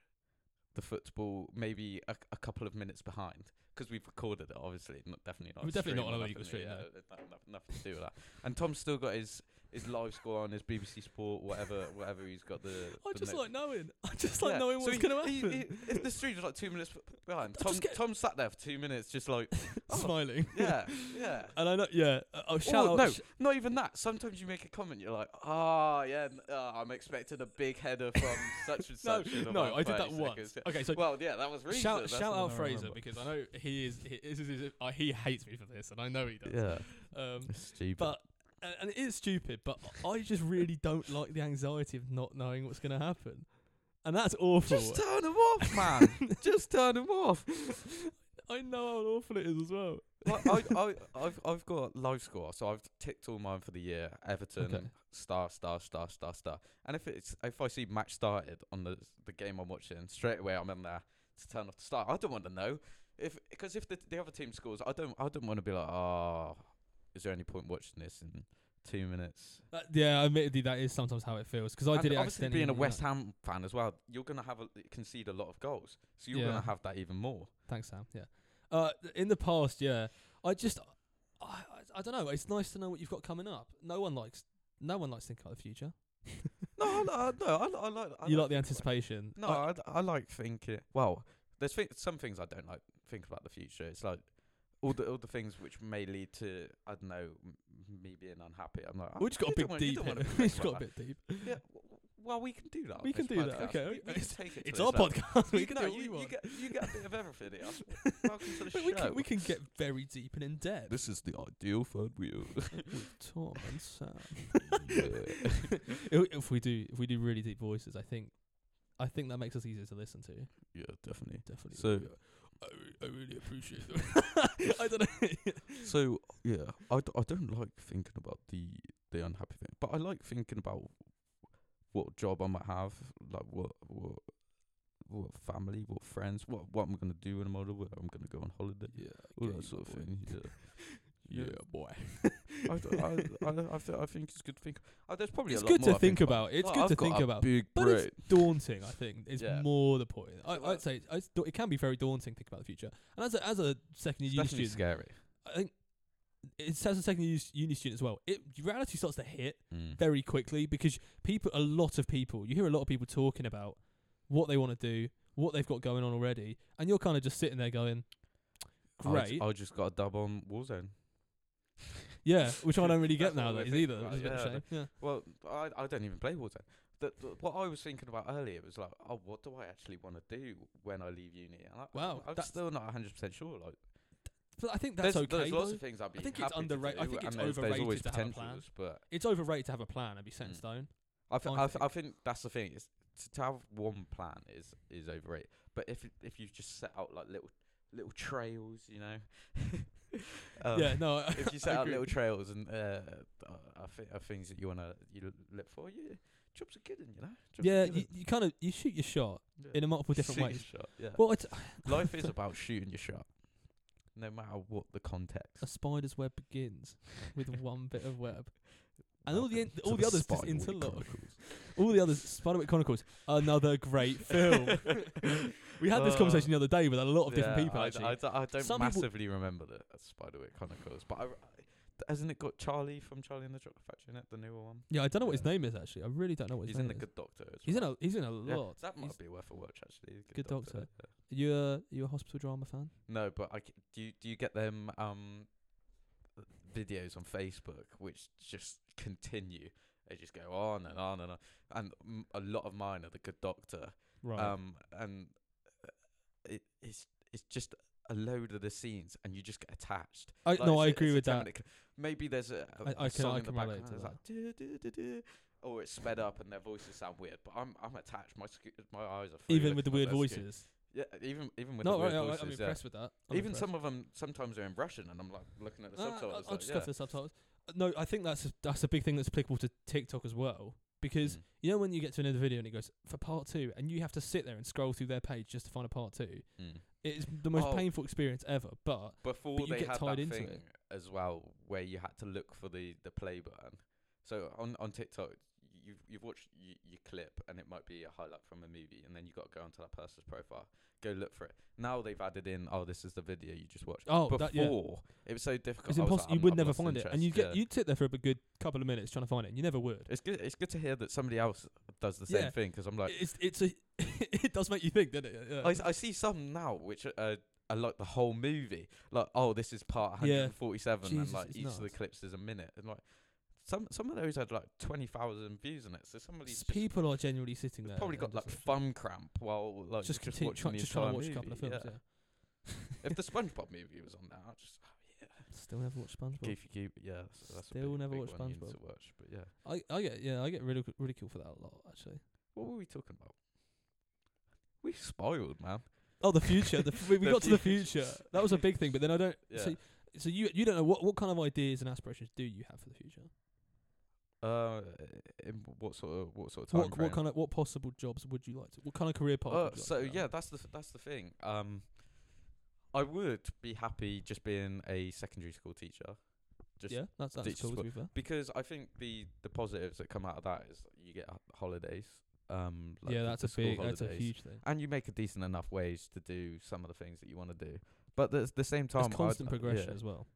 the football maybe a, a couple of minutes behind because we've recorded it. Obviously, not definitely not.
We're definitely not
stream
on
or
a legal
nothing,
street, yeah.
no, no, no, nothing to do with that. And Tom's still got his his live score on his BBC Sport, whatever, whatever he's got the.
I
the
just
note-
like knowing. I just like
Yeah,
knowing
so
what's
he-
going to
he-
happen.
he- if the stream was like two minutes b- behind,
I'll
Tom
just get-
Tom sat there for two minutes, just like oh,
Smiling.
yeah, yeah.
And I know, yeah. uh, Oh, shout
Or,
out.
no,
sh-
not even that. Sometimes you make a comment, you're like, ah, yeah, n- ah, I'm expecting a big header from such and
no,
such. in
no,
about
I did that
30
once.
seconds." Yeah.
Okay, so
well, yeah, that was Reeves.
shout shout out Fraser because I know he is. He, this is his, uh, he hates me for this, and I know he does.
Yeah,
Um,
stupid.
but and- and it is stupid, but I just really don't like the anxiety of not knowing what's going to happen, and that's awful.
just turn him off, man. just turn him off.
I know how awful it is as well.
Like, I, I, I've, I've got live score, so I've ticked all mine for the year. Everton,
Okay.
star, star, star, star, star. And if it's if I see match started on the the game I'm watching, straight away I'm in there to turn off the start. I don't want to know if because if the the other team scores, I don't I don't want to be like, oh, is there any point watching this in two minutes?
That, yeah, admittedly, that is sometimes how it feels because I
and
did it
obviously
accidentally.
being a
and
West
that-
Ham fan as well, you're gonna have a, concede a lot of goals, so you're
Yeah.
gonna have that even more.
Thanks, Sam. Yeah, uh, th- in the past, yeah, I just, I, I, I don't know. It's nice to know what you've got coming up. No one likes, no one likes thinking about the future.
No, I, I, no, I, li- I like I
you like the
anticipation.
anticipation.
No,
I-
I, d- I like thinking. Well, there's th- some things I don't like think about the future. It's like all the all the things which may lead to I don't know m- me being unhappy. I'm like,
we just got
you
a bit
don't wanna- you
deep.
don't
here.
wanna
We
think
just got a
about
bit deep.
that. Yeah, w- w- well, we can do that. on
We can
this
do that,
podcast.
okay,
We,
okay.
we can take it. to
It's
this
our
level.
podcast.
You
We can
know,
do what
you,
we
you
want.
Get, you get a bit of everything. here. Welcome to the
But
show.
we can we can get very deep and in depth.
This is the ideal third wheel.
with Tom and Sam.
Yeah.
if, if we do, if we do really deep voices, I think, I think that makes us easier to listen to.
yeah, definitely.
Definitely.
So-
I, re- I really appreciate that. I don't know.
So yeah, I, d- I don't like thinking about the the unhappy thing, but I like thinking about what job I might have, like what what what family, what friends, what what I'm gonna do in a model, where I'm gonna go on holiday,
yeah,
all
get
that
you,
sort of
boy.
thing. Yeah,
Yeah,
Yeah.
boy.
I d- I I, I, th- I think it's good to think. Uh, there's probably
It's
a lot
good
more
to
I
think about. It's
Well,
good
I've
to
got
think
a
about.
Big
But
brain.
it's daunting, I think, is
Yeah.
more the point. I,
So, uh,
I'd say it's, it can be very daunting to think about the future. And as a, as a secondary
It's
uni
definitely
student,
scary.
I think it's as a secondary uni- uni student as well. It reality starts to hit
Mm.
very quickly because people, a lot of people, you hear a lot of people talking about what they want to do, what they've got going on already, and you're kind of just sitting there going, "Great,
I, just got a dub on Warzone.
yeah," which I don't really get
That's what we're
nowadays
thinking
either.
about,
Which is a bit of a
yeah.
shame. Yeah.
Well, I I don't even play Warzone. The, the, what I was thinking about earlier was like, oh, what do I actually want to do when I leave uni? And I,
Wow,
I'm
that's-
still not 100 percent sure. Like,
But I think that's
there's,
okay.
There's lots
though.
of things I'd be
think it's
happy to
underra- I
do,
think it's
and there's, there's
overrated
always
to have a plan.
potentials, but
it's overrated to have a plan and be set in
Mm.
stone.
I, th-
I
I, th-
think.
I think that's the thing. Is to, to have one plan is is overrated. But if you- if you just set out like little little trails, you know. Um,
yeah, no. I-
If you
I
set out
agree.
little trails and uh, uh, th- are things that you wanna you l- look for, you jobs are good, you know. Jobs
yeah,
are
you,
given.
you kind of you shoot your shot
Yeah.
in a multiple different
Shoot your
ways.
shot, yeah.
Well, it's,
Life is about shooting your shot, no matter what the context.
a spider's web begins with one bit of web. And all the en-
Welcome
all
to
the others just
Spiderwick
interlock.
Chronicles.
All the others, Spiderwick Chronicles, another great film. we had this
Oh.
conversation the other day with a lot of different
Yeah,
people.
I, d-
actually,
I d- I don't
Some people-
massively remember the uh, Spiderwick Chronicles, but I, r- I- hasn't it got Charlie from Charlie and the Chocolate Factory in it, the newer one?
yeah, I don't know what his
Yeah.
name is. Actually, I really don't know what
He's
his name
in the
is.
Good Doctor. As
he's in
well.
a he's in a
Yeah,
lot.
that
He's-
might be worth a watch actually. the
Good Doctor.
yeah.
You a you a hospital drama fan?
No, but I c- do. You, do you get them um videos on Facebook which just continue? They just go on and on and on, and m- a lot of mine are the Good Doctor.
Right.
Um, and uh, it, it's it's just a load of the scenes, and you just get attached.
I,
Like, it's
no, I
a-
agree
it's a
with
10
that.
minute clip. Maybe there's a, a-
I- I
a
can-
song
I
in the
can
background
relate to
that's
that.
like "Du- du- du- du," or it's sped up and their voices sound weird. But I'm I'm attached. My sc- my eyes are free
Even with the
looking
weird
at their sc-
voices.
Yeah, even even with the
No, right,
weird
yeah, I-
voices.
I'm
yeah.
impressed with that. I'm
Even
impressed.
some of them sometimes they're in Russian, and I'm like looking at the
Uh,
subtitles.
I'll, I'll
like,
just go
yeah.
for the subtitles. Uh, No, I think that's a, that's a big thing that's applicable to TikTok as well. Because
Mm.
you know when you get to another video and it goes for part two, and you have to sit there and scroll through their page just to find a part two.
Mm.
It is the most
Oh.
painful experience ever. But
Before
But you
they
get
had
tied
that
into
thing
it.
as well, where you had to look for the the play button. So on on TikTok, you've you've watched you, your clip, and it might be a highlight from a movie, and then you got to go onto that person's profile, go look for it. Now they've added in, oh, this is the video you just watched.
oh,
Before
that, yeah,
it was so difficult.
it's
I was
impossible.
Like,
you
I'm-
would
I've
never
lost
find it, and
interest,
you'd get
yeah.
you'd sit there for a good couple of minutes trying to find it, and you never would.
It's good. It's good to hear that somebody else does the same
Yeah.
thing 'cause I'm like,
it's it's a it does make you think, doesn't it? Yeah.
I, s- Oh, I see some now which are, uh, are like the whole movie. Like, oh, this is part
Yeah.
147,
Jesus,
and like
it's
each of the
nuts.
clips is a minute, and like some some of those had like 20,000 views on it. So somebody's
S-
just
people are genuinely sitting there.
probably
and
got
just
like
watching.
thumb cramp while like just,
just continue,
watching
try,
the
just trying to watch
entire
a couple of
movie,
films. Yeah.
if the SpongeBob movie was on there, I just
Still never watched SpongeBob.
Goofy Goop, yeah. That's, that's
Still
a big,
never
big
watched
one you need
SpongeBob.
To watch, but yeah,
I I get yeah I get ridic- ridiculed for that a lot actually.
what were we talking about? We spiraled, man.
Oh, the future. The f- we we
The
got to the
future.
future. That was a big thing, but then I don't.
Yeah.
So, so you you don't know what what kind of ideas and aspirations do you have for the future?
Uh, in what sort of what sort of time
What,
frame?
what kind of what possible jobs would you like to? What kind of career path?
Uh,
would you like
so
to go
yeah,
down?
that's the th- that's the thing. Um, I would be happy just being a secondary school teacher, just
yeah, that's that's
teach
cool. To
sport.
be fair.
because I think the the positives that come out of that is you get h- holidays. Um, like
yeah,
the-
that's
the
a
school
big, that's a
holidays,
huge thing.
and you make a decent enough wage to do some of the things that you want to do. But at the same time,
It's constant
I'd, uh,
progression
yeah,
as well.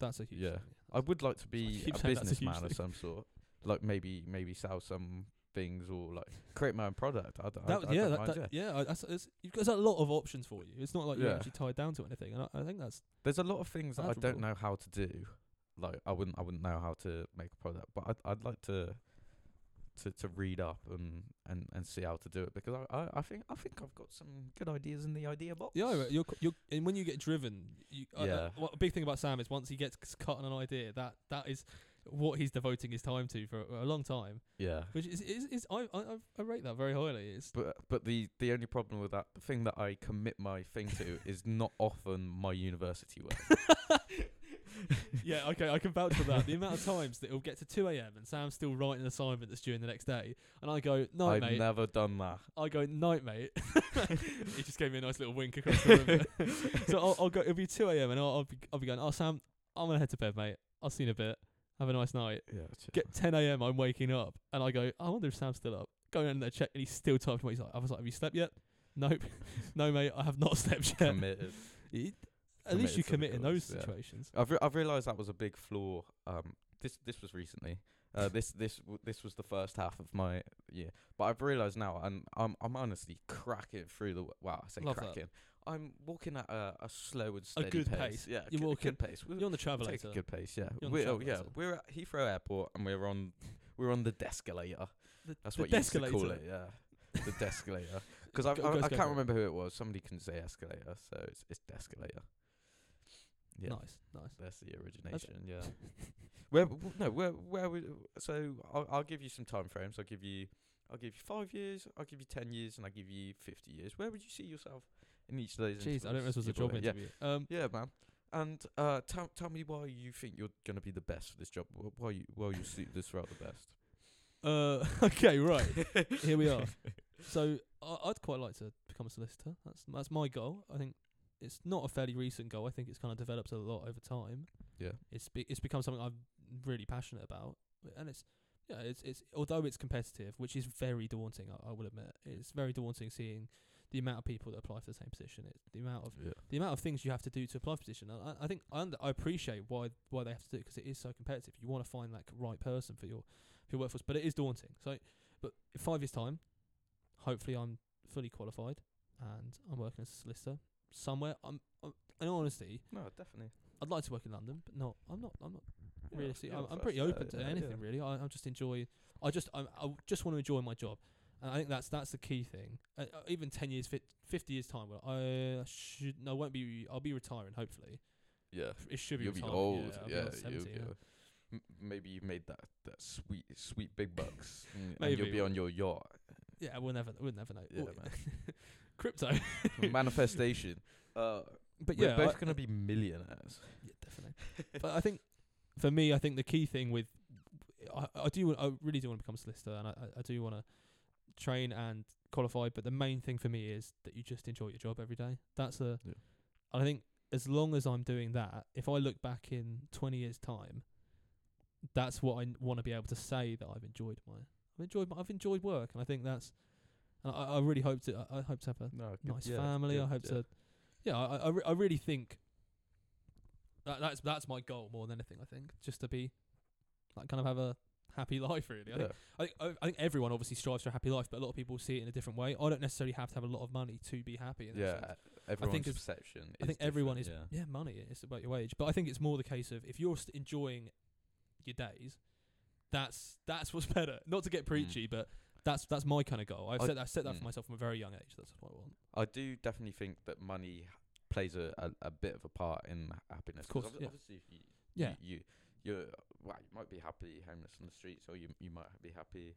That's a huge.
Yeah.
thing.
I would like to be
keep
a
saying that's a huge
businessman of
thing.
some sort, like maybe maybe sell some things or like create my own product. I, d- I
That
d-
was
I
yeah,
don't
that,
mind,
that, yeah. I- That's, it's, you've got a lot of options for you. It's not like you're
Yeah.
actually tied down to anything, and I, I think that's
There's a lot of things that I don't
Admirable.
know how to do. Like I wouldn't, I wouldn't know how to make a product, but I'd, I'd like to, to, to read up and, and, and see how to do it because I, I, I think, I think I've got some good ideas in the idea box.
yeah. right, You're, c- you're and when you get driven, you, uh, yeah.
Yeah.
what a big thing about Sam is once he gets c- cut on an idea, that that is what he's devoting his time to for a, a long time,
yeah.
which is is, is I, I I- I rate that very highly. It's
But but the, the only problem with that, the thing that I commit my thing to is not often my university work.
yeah, okay, I can vouch for that. The amount of times that it'll get to 2 a.m. and Sam's still writing an assignment that's due in the next day, and I go, no,
I've
mate,
never done that.
I go, night, mate. he just gave me a nice little wink across the room. so I'll, I'll go. It'll be two a.m. and I'll, I'll be I'll be going. Oh Sam, I'm gonna head to bed, mate. I'll see you in a bit. Have a nice night.
Yeah,
Get ten a.m. I'm waking up and I go. I wonder if Sam's still up. Going in there check and he's still typing. What he's like. I was like, have you slept yet? Nope. no, mate. I have not slept yet.
committed.
It- At least you commit
committed to the
in those
cause, yeah.
situations.
I've re- I've realised that was a big flaw. Um, this this was recently. Uh, this this w- this was the first half of my year, but I've realised now, and I'm I'm honestly cracking through the. w- Wow, I say
Love that.
cracking. I'm walking at a, a slow and steady
good
pace.
pace.
Yeah,
You're
g- a
walking-
good pace. We'll
You're on the
we'll take
travelator.
a good pace. Yeah,
You're on the
we're oh,
travel
yeah
later.
we're at Heathrow Airport and we're on we're on the descalator.
The-
That's
the
what you used to call
descalator.
it. Yeah, the descalator. Because I
Go- go
I, I
escalator.
can't remember who it was. Somebody can say escalator, so it's it's descalator. Yeah.
Nice, nice.
That's the origination, yeah. where w- no, where where would so I'll, I'll give you some time frames. I'll give you I'll give you five years, I'll give you ten years, and I'll give you fifty years. Where would you see yourself in each of those?
Jeez, I don't
intervals
know this was a
you're
job
doing? Yeah,
interview. Um,
yeah, man. And uh, tell tell me why you think you're gonna be the best for this job. wh- Why you why you suit this role the best?
uh, okay, right. Here we are. So I, I'd quite like to become a solicitor. That's that's my goal. I think it's not a fairly recent goal. I think it's kind of developed a lot over time.
Yeah.
It's be, it's become something I'm really passionate about. and it's yeah, it's it's although it's competitive, which is very daunting. I, I will admit, it's very daunting seeing the amount of people that apply for the same position. It's the amount of
Yeah.
the amount of things you have to do to apply for position. And I, I think I, under, I appreciate why why they have to do it because it is so competitive. You want to find like right person for your for your workforce, but it is daunting. So, but in five years time, hopefully I'm fully qualified and I'm working as a solicitor somewhere. I'm, I'm in all honesty,
No, definitely.
I'd like to work in London, but no, I'm not. I'm not
Yeah,
realistic.
yeah,
I'm, I'm
that's
pretty
fair,
open to
yeah,
anything
yeah.
really. I, I just enjoy. I just I'm, I just want to enjoy my job, and I think that's that's the key thing. Uh, uh, even ten years, fit, fifty years time, well, I should. No, I won't be. I'll be retiring hopefully.
Yeah.
It should be.
You'll be
retirement,
old.
Yeah, I'll be
Yeah.
like 70,
you'll be,
yeah.
uh, m- maybe you've made that that sweet sweet big bucks. mm, And
Maybe.
you'll be on your yacht.
Yeah, we'll never we'll never know.
Yeah,
Oh, crypto,
Manifestation. Uh,
but
we're
yeah,
both
I-
gonna be millionaires.
Yeah, definitely. but I think for me, I think the key thing with I, I do I really do want to become a solicitor, and I, I- I do want to train and qualify. But the main thing for me is that you just enjoy your job every day. That's a
Yeah.
and I think as long as I'm doing that, if I look back in 20 years' time, that's what I want to be able to say that I've enjoyed my I've enjoyed my, I've enjoyed work, and I think that's and I, I really hope to I, I hope to have a
No, good-
nice
yeah,
family. I
good,
hope
yeah.
to. Yeah, I I, re- I really think that, that's that's my goal more than anything. I think just to be like kind of have a happy life. Really, I,
Yeah.
think, I think I- I think everyone obviously strives for a happy life, but a lot of people see it in a different way. I don't necessarily have to have a lot of money to be happy. In that
Yeah,
sense.
everyone's
it's-
perception. Is
I think everyone is
different,
yeah. money. It's about your wage, but I think it's more the case of if you're st- enjoying your days, that's that's what's better. Not to get preachy, but that's that's my kind of goal. I've
Hmm. I-
set I set that for
mm.
myself from a very young age. That's what I want.
I do definitely think that money h- plays a, a, a bit of a part in ha- happiness. 'cause
course,
obvi-
yeah.
obviously, if you
Yeah,
you, you you're well, you might be happy homeless on the streets, or you you might be happy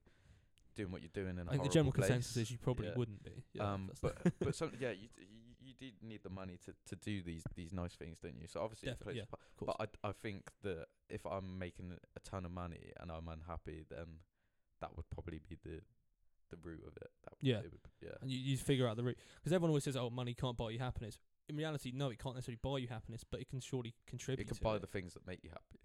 doing what you're doing in a
I think the
horrible
general
place.
consensus is you probably
Yeah.
wouldn't be. Yeah,
um,
that's-
but but some yeah, you, d- you you do need the money to, to do these these nice things, don't you? So obviously, it
Defi-
plays
yeah,
a part.
of course.
But I I think that if I'm making a ton of money and I'm unhappy, then that would probably be the the root of it. That
Yeah.
it would, yeah.
and you, you figure out the route because everyone always says, "Oh, money can't buy you happiness." In reality, no, it can't necessarily buy you happiness, but it can surely contribute.
It can
to
buy
it.
the things that make you happy.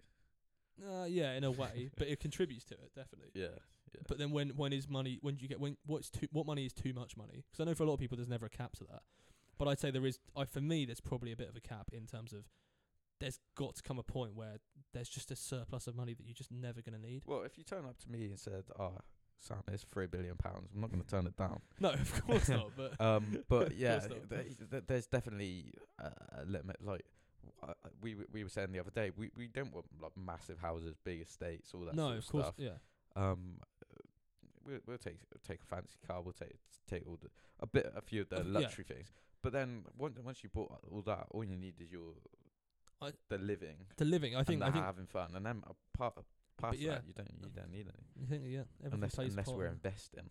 Uh, yeah, in a way, but it contributes to it definitely.
Yeah, yeah.
But then when when is money? When do you get when what's too what money is too much money? Because I know for a lot of people there's never a cap to that, but I'd say there is. I for me there's probably a bit of a cap in terms of there's got to come a point where there's just a surplus of money that you're just never gonna need.
Well, if you turn up to me and said, "Oh, Sam, it's three billion pounds," I'm not going to turn it down.
No, of course not. But
Um, but
Of
yeah,
course not.
th- th- there's definitely uh, a limit. Like uh, we w- we were saying the other day, we we don't want like massive houses, big estates, all that.
no,
sort
of course,
Stuff.
yeah.
Um, we'll we'll take take a fancy car. We'll take take all the a bit a few of the
Of- yeah.
luxury things. But then once once you bought all that, all you need is your
I-
the living.
The living, I think,
and
I
the
think
having fun, and then apart past
yeah.
that, you don't you don't need any.
You think, yeah, everything
unless
plays
unless
part
we're
in it.
investing.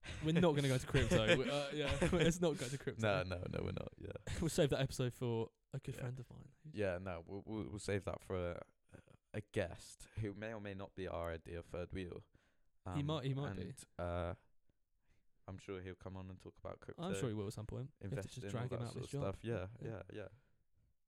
We're not going to go to crypto. We- uh, yeah, let's not go to
No,
crypto.
no, no, we're not. Yeah,
we'll save that episode for a good
Yeah.
friend of mine.
yeah, no, we'll we'll, we'll save that for a, a guest who may or may not be our ideal third wheel. Um,
He might- he might be.
and, Uh, I'm sure he'll come on and talk about crypto.
I'm sure he will at some point. We have to
invest
just
in
drag
all that
him out of
sort
his
of
job.
stuff. Yeah,
Yeah.
yeah,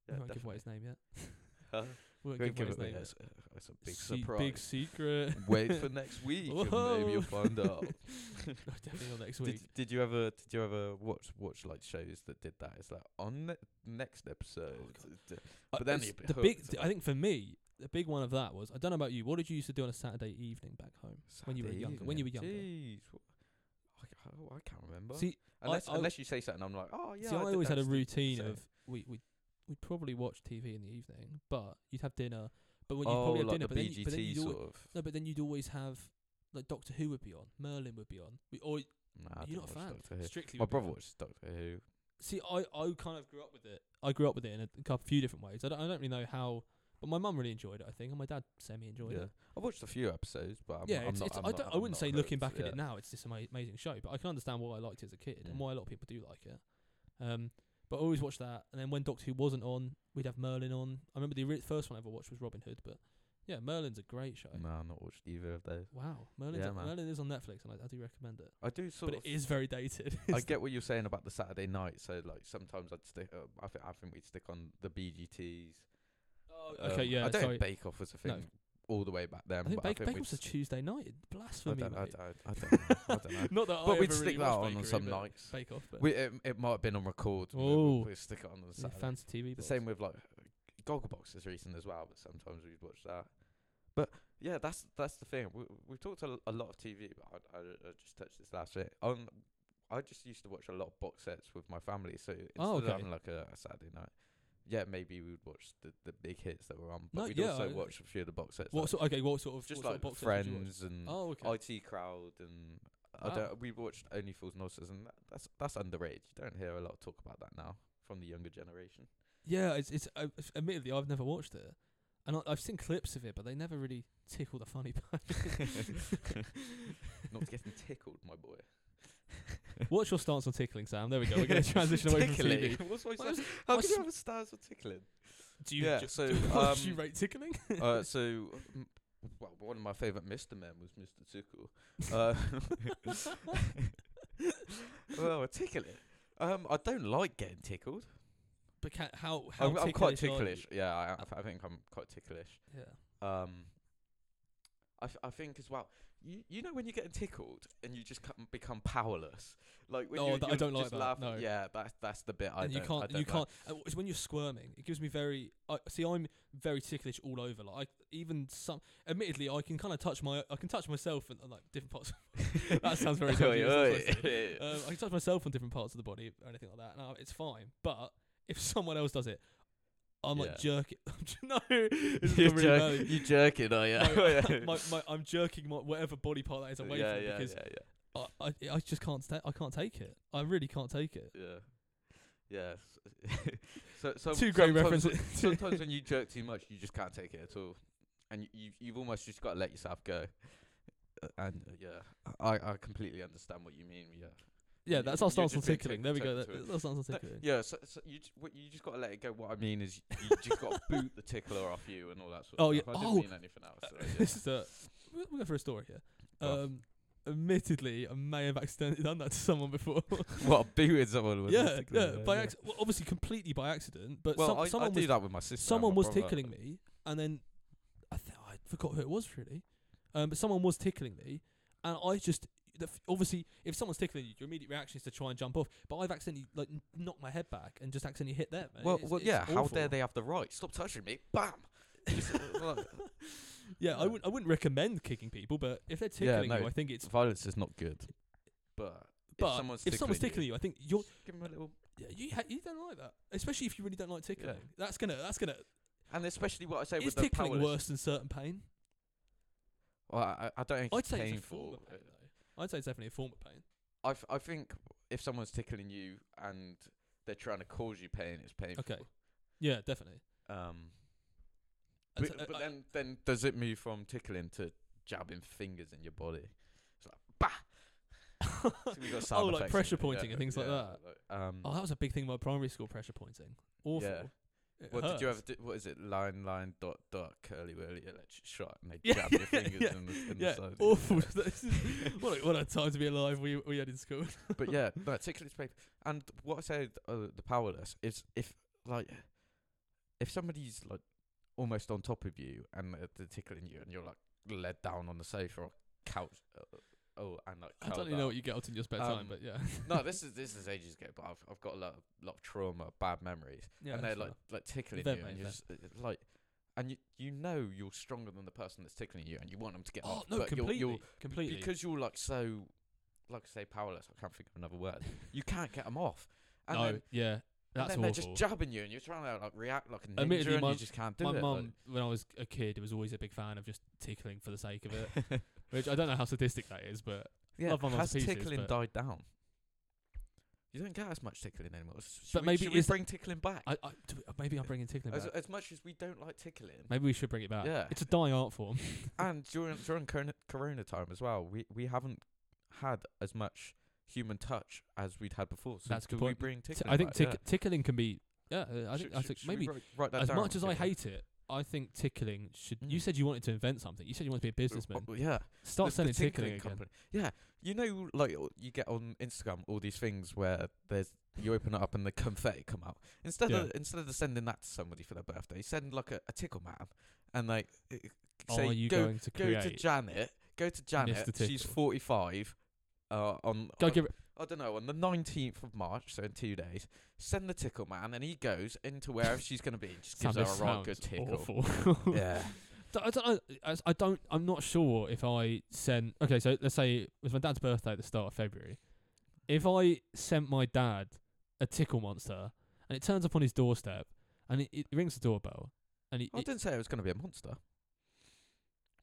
yeah.
we won't give away his name yet.
Huh?
We won't
We
give away
give
his
it-
name
yeah,
yet.
it's, a- it's a big
Se-
surprise.
Big secret.
Wait for next week, and maybe
Whoa.
you'll find out.
No, definitely not next
Did,
week.
did you ever did you ever watch watch like shows that did that? It's like on the next episode. d-
Uh,
but then
it's
you'd be
the big.
hooked.
I think for me, the big one of that was I don't know about you. What did you used to do on a Saturday evening back home when you were
Saturday
younger? When you were
evening.
younger.
Jeez, wh- I, ca- oh, I can't remember.
See, I-
unless
I-
unless you say something, I'm like, oh yeah.
See, I,
did
always
that
had a
st-
routine
same.
of we we we'd probably watch TV in the evening, but you'd have dinner. But when you would
oh,
probably have
like
dinner,
the
but then, you, but then
BGT
you'd always,
sort of.
no, but then you'd always have like Doctor Who would be on, Merlin would be on. We or
Nah, I didn't
you're not a
watch
fan.
Doctor Who.
Strictly,
My
would be
brother
on.
watches Doctor Who.
See, I I kind of grew up with it. I grew up with it in a couple few different ways. I don't I don't really know how, but my mum really enjoyed it. I think, and my dad semi enjoyed
Yeah,
it.
I watched a few episodes, but I'm,
yeah,
I'm
it's,
not.
it's,
I'm
I
not-
don't. I
I'm
wouldn't
not
say looking
hooked,
back at
yeah.
it now, it's this ama- amazing show. But I can understand why I liked it as a kid
Mm.
and why a lot of people do like it. Um, but I always watched that. And then when Doctor Who wasn't on, we'd have Merlin on. I remember the ri- first one I ever watched was Robin Hood, but yeah, Merlin's a great show.
No, I've not watched either of those.
Wow, Merlin's
Yeah,
a-
man.
Merlin is on Netflix, and I, I do recommend it.
I do sort
But
of
it is very dated.
I get what you're saying about the Saturday night. So like sometimes I'd stick. Uh, I think I think we'd stick on the BGTs.
oh, okay,
Um,
yeah.
I don't
sorry.
think Bake Off was a thing all the way back then.
I think
but I
Baker,
think
Baker
we'd
was a
s-
Tuesday night.
I
Blasphemy.
don't, I,
mate.
don't, I don't know. I don't know.
Not that I
But we'd
ever really
stick that on
watched
on
Bakery,
some
but
nights.
Bake Off. But
We, it, it might have been on record. and then
Oh.
We'll, we'll stick it on the
yeah,
Saturday.
fancy TV.
The
box.
same with like Gogglebox is recent as well, but sometimes we'd watch that. But yeah, that's that's the thing. We we've talked a, l- a lot of TV, but I, I, I just touched this last bit. On I just used to watch a lot of box sets with my family, so instead
Oh,
of
okay.
having like a, a Saturday night, yeah, maybe we'd watch the, the big hits that were on, but
No,
we'd
yeah,
also
I-
watch a few of the box sets,
What
like-
sort? Okay, what sort of?
just
what sort
like
of box sets would you watch?
Friends and
Oh, okay. Ah.
IT Crowd and.
Wow.
I don't, we watched Only Fools and Horses, and that, that's that's underrated. You don't hear a lot of talk about that now from the younger generation.
Yeah, it's it's. I, it's- admittedly, I've never watched it, and I, I've seen clips of it, but they never really tickle the funny bone.
Not getting tickled, my boy.
What's your stance on tickling, Sam? There we go. We're going to transition away from
Tickling?
TV.
What's my
Well,
stance?
I was-
How can
I was-
you have a stance with tickling?
Do you
Yeah,
just,
so,
do you
um,
rate tickling?
uh, so, m- well, one of my favourite Mr. Men was Mr. Tickle. Uh, well, a tickler. Um, I don't like getting tickled.
but ca- how how
I'm, I'm quite
ticklish are you?
ticklish. Yeah, I, I- I think I'm quite ticklish.
Yeah.
Um, I, f- I think as well. You, you know when you're getting tickled and you just come, become powerless, like when
No,
you,
that- I
you're
don't like
just
that,
laughing.
no.
Yeah, that's that's the bit I
and you
don't. I
can't,
don't
you
like.
can't. Uh, it's when you're squirming. It gives me very. I see, I'm very ticklish all over. Like I, even some. Admittedly, I can kind of touch my. I can touch myself and like different parts. that sounds very. dodgy,
Oi,
that's what I
oi.
said. um, I can touch myself on different parts of the body or anything like that. No, it's fine. But if someone else does it, I'm
Yeah.
like jerking. no, it's
You're,
really
jerk-
bad.
you jerking, are you?
No, my, my, I'm jerking my whatever body part that is away
yeah,
from it
yeah,
because
yeah,
I, I, I just can't sta- I can't take it. I really can't take it.
yeah, yeah. yeah. so, so
Two great
sometimes-
references.
sometimes when you jerk too much, you just can't take it at all, and you, you you've almost just got to let yourself go. Uh, And uh, yeah, I I completely understand what you mean. Yeah,
yeah,
you-
that's
you-
our
you're
stance on
just being taken-
tickling. There we go.
taken
That,
to it.
that's our stance on tickling.
yeah. So, so you j- what, you just got to let it go. What I mean is, y- you just got to boot the tickler off you and all that sort
Oh,
of
yeah.
stuff. I didn't
Oh.
mean anything else. so, yeah.
this is a we'll, we'll go for a story here.
Go
Um, admittedly, I may have accidentally done that to someone before.
what booted someone? with a
yeah,
tickler,
yeah, by acc- well, obviously completely by accident, but
Well,
some,
I,
someone
I
was
do that with my sister.
someone was tickling me, and then I th- I forgot who it was really, um, but someone was tickling me, and I just the f- obviously if someone's tickling you, your immediate reaction is to try and jump off, but I've accidentally like n- knocked my head back and just accidentally hit them. and
Well,
it's-
well,
it's
yeah. How
awful.
dare they have the right? Stop touching me! Bam. Just, uh, like-
Yeah, I
Yeah.
wouldn't I wouldn't recommend kicking people, but if they're tickling
no.
you, I think it's
Violence is not good. But
but
if someone's
if someone's tickling you, I think you're
just give 'em a little.
yeah, you ha- you don't like that, especially if you really don't like tickling. That's gonna that's gonna
And especially what I say
is
with the
tickling
powerless-
worse than certain pain?
Well, I, I don't think
I'd
it's
say it's a form
painful.
of pain though. I'd say it's definitely a form of pain.
I f- I think if someone's tickling you and they're trying to cause you pain, it's painful.
Okay. Yeah, definitely.
Um.
I'd
But,
say-
but
I-
then, then does it move from tickling to jabbing fingers in your body? It's like bah. So we got sound
oh, like
effects in
pressure
it, yeah,
pointing and things like
yeah,
that.
like, um.
Oh, that was a big thing in my primary school. Pressure pointing, awful.
Yeah.
It
What did you
hurts.
ever do? What is it? Line, line, dot, dot, curly, whirly, electric shot, and they
Yeah,
jab
yeah,
your fingers
yeah,
in the, in
Yeah,
the side.
awful.
Yeah.
This is- what, a, what a time to be alive. We we had in school.
but yeah, no, tickling is painful. And what I said, uh, the powerless is if like if somebody's like almost on top of you and they're, they're tickling you, and you're like led down on the sofa or couch. Uh, oh, and like
I don't
curled
even know
up.
what you get up to in your spare time,
Um,
but yeah.
no, this is this is ages ago, but I've I've got a lot of, lot of trauma, bad memories.
yeah
and they're
that's
like
fair.
like tickling
Event
you, and
mate,
you're just, uh, like, and you you know you're stronger than the person that's tickling you, and you want them to get
oh
off.
no,
but
completely,
You're, you're,
completely.
because you're like so, like I say, powerless. I can't think of another word. You can't get them off. And
no,
then,
yeah,
and
that's
then they're
awful.
just jabbing you, and you're trying to like react like a ninja,
Admittedly,
and
my-
you just can't do
My
it.
mum, when I was a kid, was always a big fan of just tickling for the sake of it,
like-
which I don't know how sadistic that is, but
yeah,
love my mum's
has
pieces,
tickling
but-
died down? You don't get as much tickling anymore. S- Should
But
we,
maybe
should we
is-
bring tickling back.
I, I do we- maybe I'm bringing tickling
as,
back.
as much as we don't like tickling,
Maybe we should bring it back.
Yeah.
it's a dying art form.
and during during corona, corona time as well, we we haven't had as much human touch as we'd had before. So
That's a
do
good
we
point.
bring
T-
tickling?
I think
back?
tick-
Yeah.
tickling can be. Yeah, uh, I
Should-
think I
should-
think
should we
maybe
write, write that
as
down, Oh,
much as I
tickling?
hate it, I think tickling should. You
Mm.
said you wanted to invent something. You said you wanted to be a
Uh,
businessman.
uh, yeah,
Start
the- the
selling tickling,
tickling
again.
company. Yeah, You know, like all- you get on Instagram all these things where there's you open it up and the confetti come out. Instead
Yeah.
of instead of sending that to somebody for their birthday, send like a, a tickle man and like uh, say
Are Oh, you
go
going to
go
create?
to Janet. Go to Janet. She's
Tickle.
forty five. Uh, on,
go
on
give it.
I don't know on the nineteenth of March, so in two days, send the tickle man, and he goes into wherever she's going to be. And just
Sam,
gives her
this
a right good
sounds
tickle.
Awful.
Yeah,
D- I don't, know, I s- I don't. I'm not sure if I sent. Okay, so let's say it was my dad's birthday at the start of February. If I sent my dad a tickle monster and it turns up on his doorstep and it, it rings the doorbell and it,
I
it-
didn't say it was going to be a monster.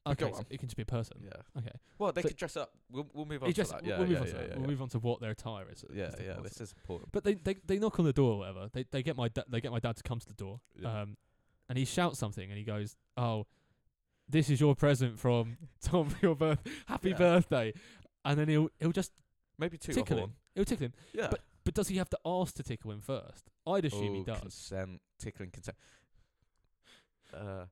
but
okay,
go
so
on.
it can just be a person.
Yeah.
Okay,
Well, they
So-
could dress up. We'll, we'll move on
it just
to that.
we'll,
Yeah,
we'll move
yeah,
on
yeah,
to,
yeah,
we'll move on to what their attire is. as
yeah,
tickle
yeah,
monster.
This is important.
But they, they they knock on the door or whatever. They they get my da- they get my dad to come to the door.
Yeah.
Um, and he shouts something and he goes, "Oh, this is your present from Tom for your birth. Happy
Yeah.
birthday." And then he'll he'll just
Maybe two
tickle
or one.
him. He'll tickle him.
Yeah.
But does he have to ask to tickle him first? I'd assume he
Oh,
does.
Consent, tickling consent. Uh,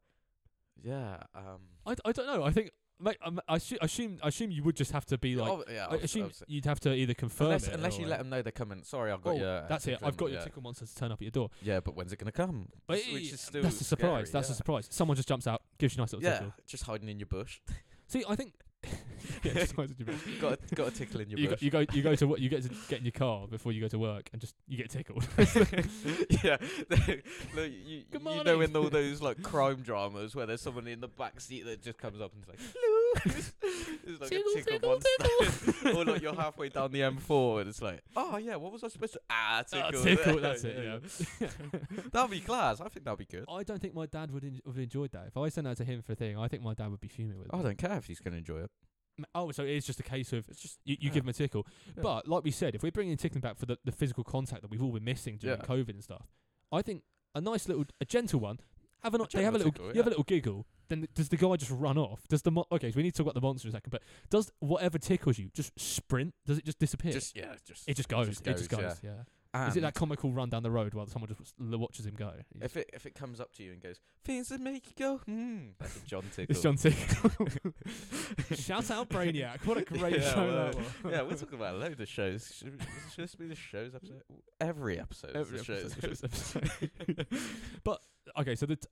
yeah. Um.
I, d- I don't know. I think mate, um, I assu- I assume I assume you would just have to be like
oh, yeah.
I
obvi-
assume
obviously.
you'd have to either confirm
unless
it
unless
or
you let them know they're coming. Sorry, I've got
Oh,
your. uh,
that's it.
tickling,
I've got your
yeah.
tickle monster to turn up at your door.
Yeah, but when's it gonna come?
But
Which- which
eh,
is still
that's a surprise.
scary,
that's
yeah.
a surprise. Someone just jumps out, gives you a nice little
Yeah,
tickle.
just hiding in your bush.
See, I think. yeah, just hide in your bush.
got a, got a tickle in your
you, go,
bush.
you go, you go to wo- you get to get in your car before you go to work, and just you get tickled.
yeah, look, you, you
Good
know in
morning.
all those like crime dramas where there's someone in the back seat that just comes up and is like, "Hello," it's like
Tickle,
a tickle,
tickle,
monster. or like you're halfway down the M4 and it's like, oh yeah, what was I supposed to? Ah,
Ah,
tickle.
tickle, that's it. Yeah.
that'll be class. I think that'll be good.
I don't think my dad would en- would have enjoyed that. If I sent that to him for a thing, I think my dad would be fuming with
I
me.
don't care if he's gonna enjoy it.
M- Oh, so it's just a case of
It's just
you, you
yeah.
give him a tickle.
Yeah.
But like we said, if we're bringing tickling back for the, the physical contact that we've all been missing during
Yeah.
COVID and stuff, I think a nice little, a gentle one. Have a, ni- they
gentle
have a little,
tickle,
you
yeah.
have a little giggle. Then th- does the guy just run off? Does the mo- okay? So we need to talk about the monster in a second. But does whatever tickles you just sprint? Does it just disappear?
just yeah, just
it just goes.
just
it just goes.
goes,
Yeah.
and
Is it that comical run down the road while someone just w- l- watches him go? He's-
if it if it comes up to you and goes things that make you go hmm, that's a John tickle.
it's John Tickle. Shout out Brainiac! What a great
Yeah,
show
well,
that was.
yeah, we're talking about a load of shows. Should, should this be the show's episode? Every episode. is
Every
the show's
episode is but okay, so the t-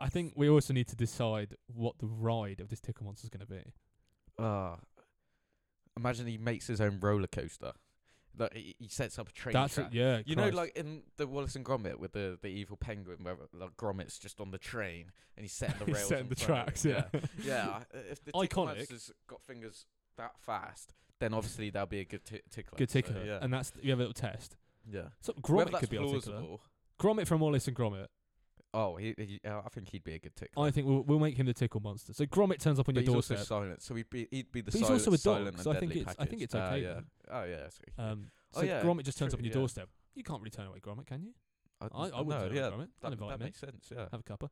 I think we also need to decide what the ride of this tickle monster is going to be.
Ah. imagine he makes his own roller coaster. Like he, he sets up a train
That's
track.
it, yeah.
You
Christ.
know, like in the Wallace and Gromit with the, the evil penguin, where like Gromit's just on the train and he's setting the
He's
rails.
setting
in
the
front of
tracks,
it.
yeah.
yeah. I- If the tickle
Iconic.
monster's got fingers that fast, then obviously that'll be a good t- tickler.
Good
So,
tickler,
yeah.
and that's you have a little test.
yeah.
So
Whether
Gromit
that's
could be our tickler.
plausible.
Gromit from Wallace and Gromit.
Oh, he, he, uh, I think he'd be a good tickler.
I think we'll we'll make him the tickle monster. So Gromit turns up on
But he's
your
also
doorstep.
silent, so he'd be he'd be the
But he's
silent,
also a dog,
silent and
so I think
deadly
it's- I
package.
think it's
Ah,
okay
yeah.
then.
Oh yeah, that's okay.
um,
Oh,
so
yeah,
Gromit just turns
true,
up on your
yeah. Uh,
doorstep. You can't really turn away Gromit, can you? I I
no,
would turn
yeah,
away Gromit. I'll
that,
invite
that
him in.
makes sense. Yeah.
Have a cuppa.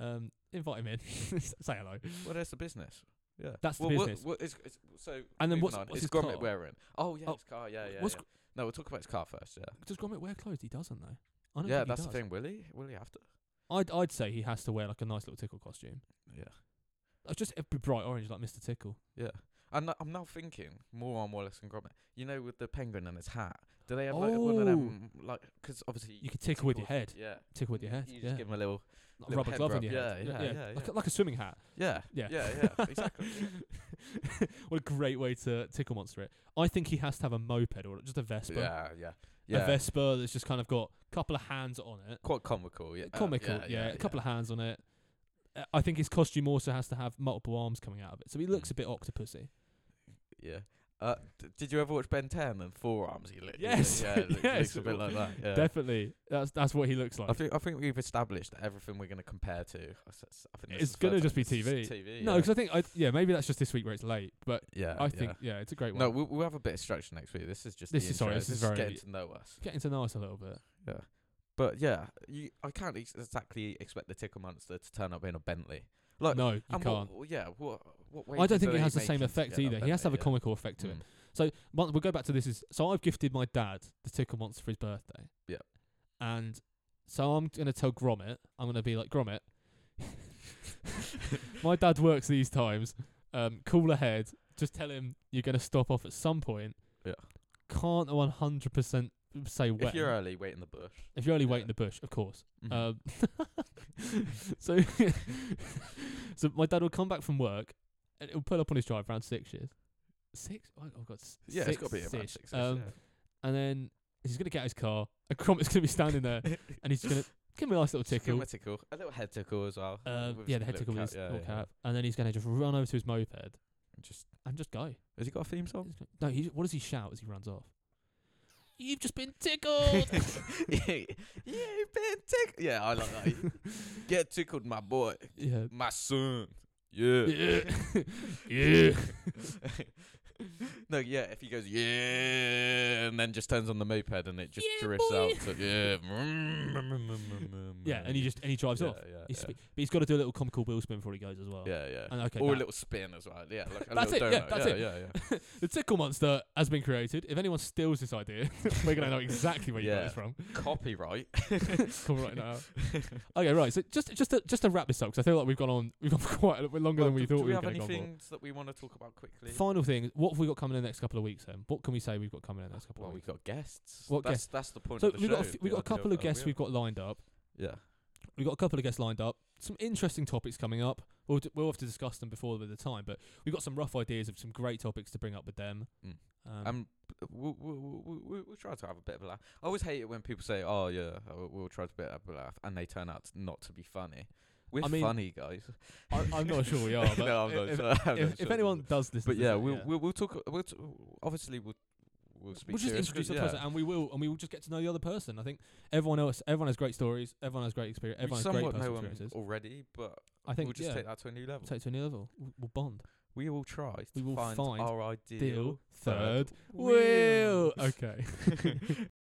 Um, invite him in. Say hello.
Well, there's the business. Yeah.
That's the
well, what-
business.
What, it's, it's, so
And then
moving
what's-
on.
what's
is
his
Gromit
car?
wearing? Oh yeah,
Oh,
his car. Yeah, yeah.
what's
yeah. No, we'll talk about his car first. Yeah.
Does Gromit wear clothes? He doesn't though. I don't
Yeah,
think he
that's
does.
the thing. Will he? Will he have to?
I'd I'd say he has to wear like a nice little tickle costume.
Yeah.
Uh, Just it'd be bright orange like Mr. Tickle.
Yeah. And I- I'm now thinking more on Wallace and Gromit. You know, with the penguin and his hat. Do they have like one
Oh.
of them? Like, because obviously
You could tickle with your head.
Yeah.
Tickle with your head.
You just
Yeah.
give him a little.
Like
little
rubber
head
glove
rub.
on your head.
Yeah, yeah, yeah,
Like,
yeah.
a- like a swimming hat.
Yeah.
Yeah.
Yeah. Yeah. Exactly.
What a great way to tickle monster it. I think he has to have a moped or just a Vespa.
yeah. Yeah.
A
Yeah.
Vespa that's just kind of got a couple of hands on it.
Quite comical. Yeah. uh,
Comical, yeah, A couple of hands on it. Uh, I think his costume also has to have multiple arms coming out of it, so he
Mm.
looks a bit octopusy.
Yeah. Uh, d- did you ever watch Ben 10 and Forearms? He look,
Yes,
yeah, it looks,
yes.
looks a bit like that. Yeah.
Definitely, that's that's what he looks like.
I think I think we've established that everything we're going to compare to. I s- s- I think this
It's
is the
gonna
first
just
time.
be
It's TV.
No,
yeah.
'cause I think I yeah maybe that's just this week where it's late, but
yeah,
I
yeah.
think yeah, it's a great one.
No, we'll, we'll have a bit of structure next week. This is just
This
the
is- sorry,
intro.
this is very-
getting to know us.
getting to know us a little bit.
But yeah, you I can't ex- exactly expect the Tickle Monster to turn up in a Bentley. Like,
no, you
and
can't.
What, yeah, what what
I
wages
don't think
are
it
they
has the same
making to
effect
get that
either. He has to have a
Bentley, yeah.
comical effect to it.
Mm.
So one, we'll go back to this. Is so I've gifted my dad the tickle monster for his birthday.
Yeah.
And so I'm gonna tell Gromit. I'm gonna be like Gromit.
Hmm.
my dad works these times. Um, cooler head. Just tell him you're going to stop off at some point.
Yeah.
Can't 100% say when.
If you're early, wait in the bush.
If you're only
yeah.
waiting in the bush, of course.
Mhm.
Um, so, so my dad would come back from work, and he'll pull up on his drive around six years. Six? Oh, I've got s-
yeah,
six
it's got to be about
ish.
six.
Um, And then he's gonna get his car, and Crumpet's gonna be standing there, and he's gonna give me a nice little
Give him
tickle.
a tickle, a little head tickle as well.
Uh,
with
yeah,
his
the head
little
tickle with his
yeah,
little
yeah.
cap, and then he's gonna just run over to his moped
Just
and just go.
has he got a theme song?
He's gonna- No, he what does he shout as he runs off? You've just been tickled.
You've been tickled. Yeah, I like that. Get tickled, my boy,
yeah.
my son. Yeah.
Yeah. yeah.
no, yeah. If he goes yeah, and then just turns on the moped and it just
Yeah,
drifts
boy.
out to yeah, vroom, vroom, vroom, vroom, vroom,
Yeah, and he just and he drives
yeah,
off.
Yeah,
He's
yeah.
spe- but he's got to do a little comical wheel spin before he goes as well.
yeah, yeah.
And okay,
or a
that-
little spin as well. Yeah, like a
That's
little
it,
donut.
yeah, that's
yeah,
it.
yeah, yeah.
the tickle monster has been created. If anyone steals this idea, we're gonna know exactly where you
Yeah.
got this from.
Copyright.
Come right now. Okay, right. So just just to, just to wrap this up, because I feel like we've gone on we've gone quite a little bit longer
Well,
than
do,
we
do
thought we
we
were
have
going to
any
go on.
things that we want to talk about quickly?
Final thing: what have we got coming in the next couple of weeks? Then what can we say we've got coming in the next couple
Well,
of
we've
weeks?
got guests.
What
that's, That's the point.
So
of the
we've got a
show,
f-
the
we've got a
idea
couple of
that
guests
we
we've got lined up.
are. Yeah.
We've got a couple of guests lined up. Some interesting topics coming up. We'll d- we'll have to discuss them before the time, but we've got some rough ideas of some great topics to bring up with them.
Mm.
Um,
Um, we'll, we'll, we'll, we'll, we'll try to have a bit of a laugh. I always hate it when people say, "Oh yeah, uh, we'll, we'll try to bit of a laugh," and they turn out not to be funny. We're
I mean-
funny guys.
I, I'm not sure we are. But
no, I'm not
if,
sure. I'm not
if, if
sure.
anyone does this,
but yeah, we'll, we'll we'll talk. We'll t- obviously we'll we'll speak.
we'll just
seriously,
introduce the
yeah.
person, and we will, and we will just get to know the other person. I think everyone else, everyone has great stories, everyone has great experience,
We
everyone has great
somewhat
personal
know 'em
experiences.
already, but
I think
we'll just
yeah,
take that to a new level.
take it to a new level. We'll, we'll bond.
We will try. To
will
find,
find
our ideal
Deal. Third.
wheel.
Will. Okay.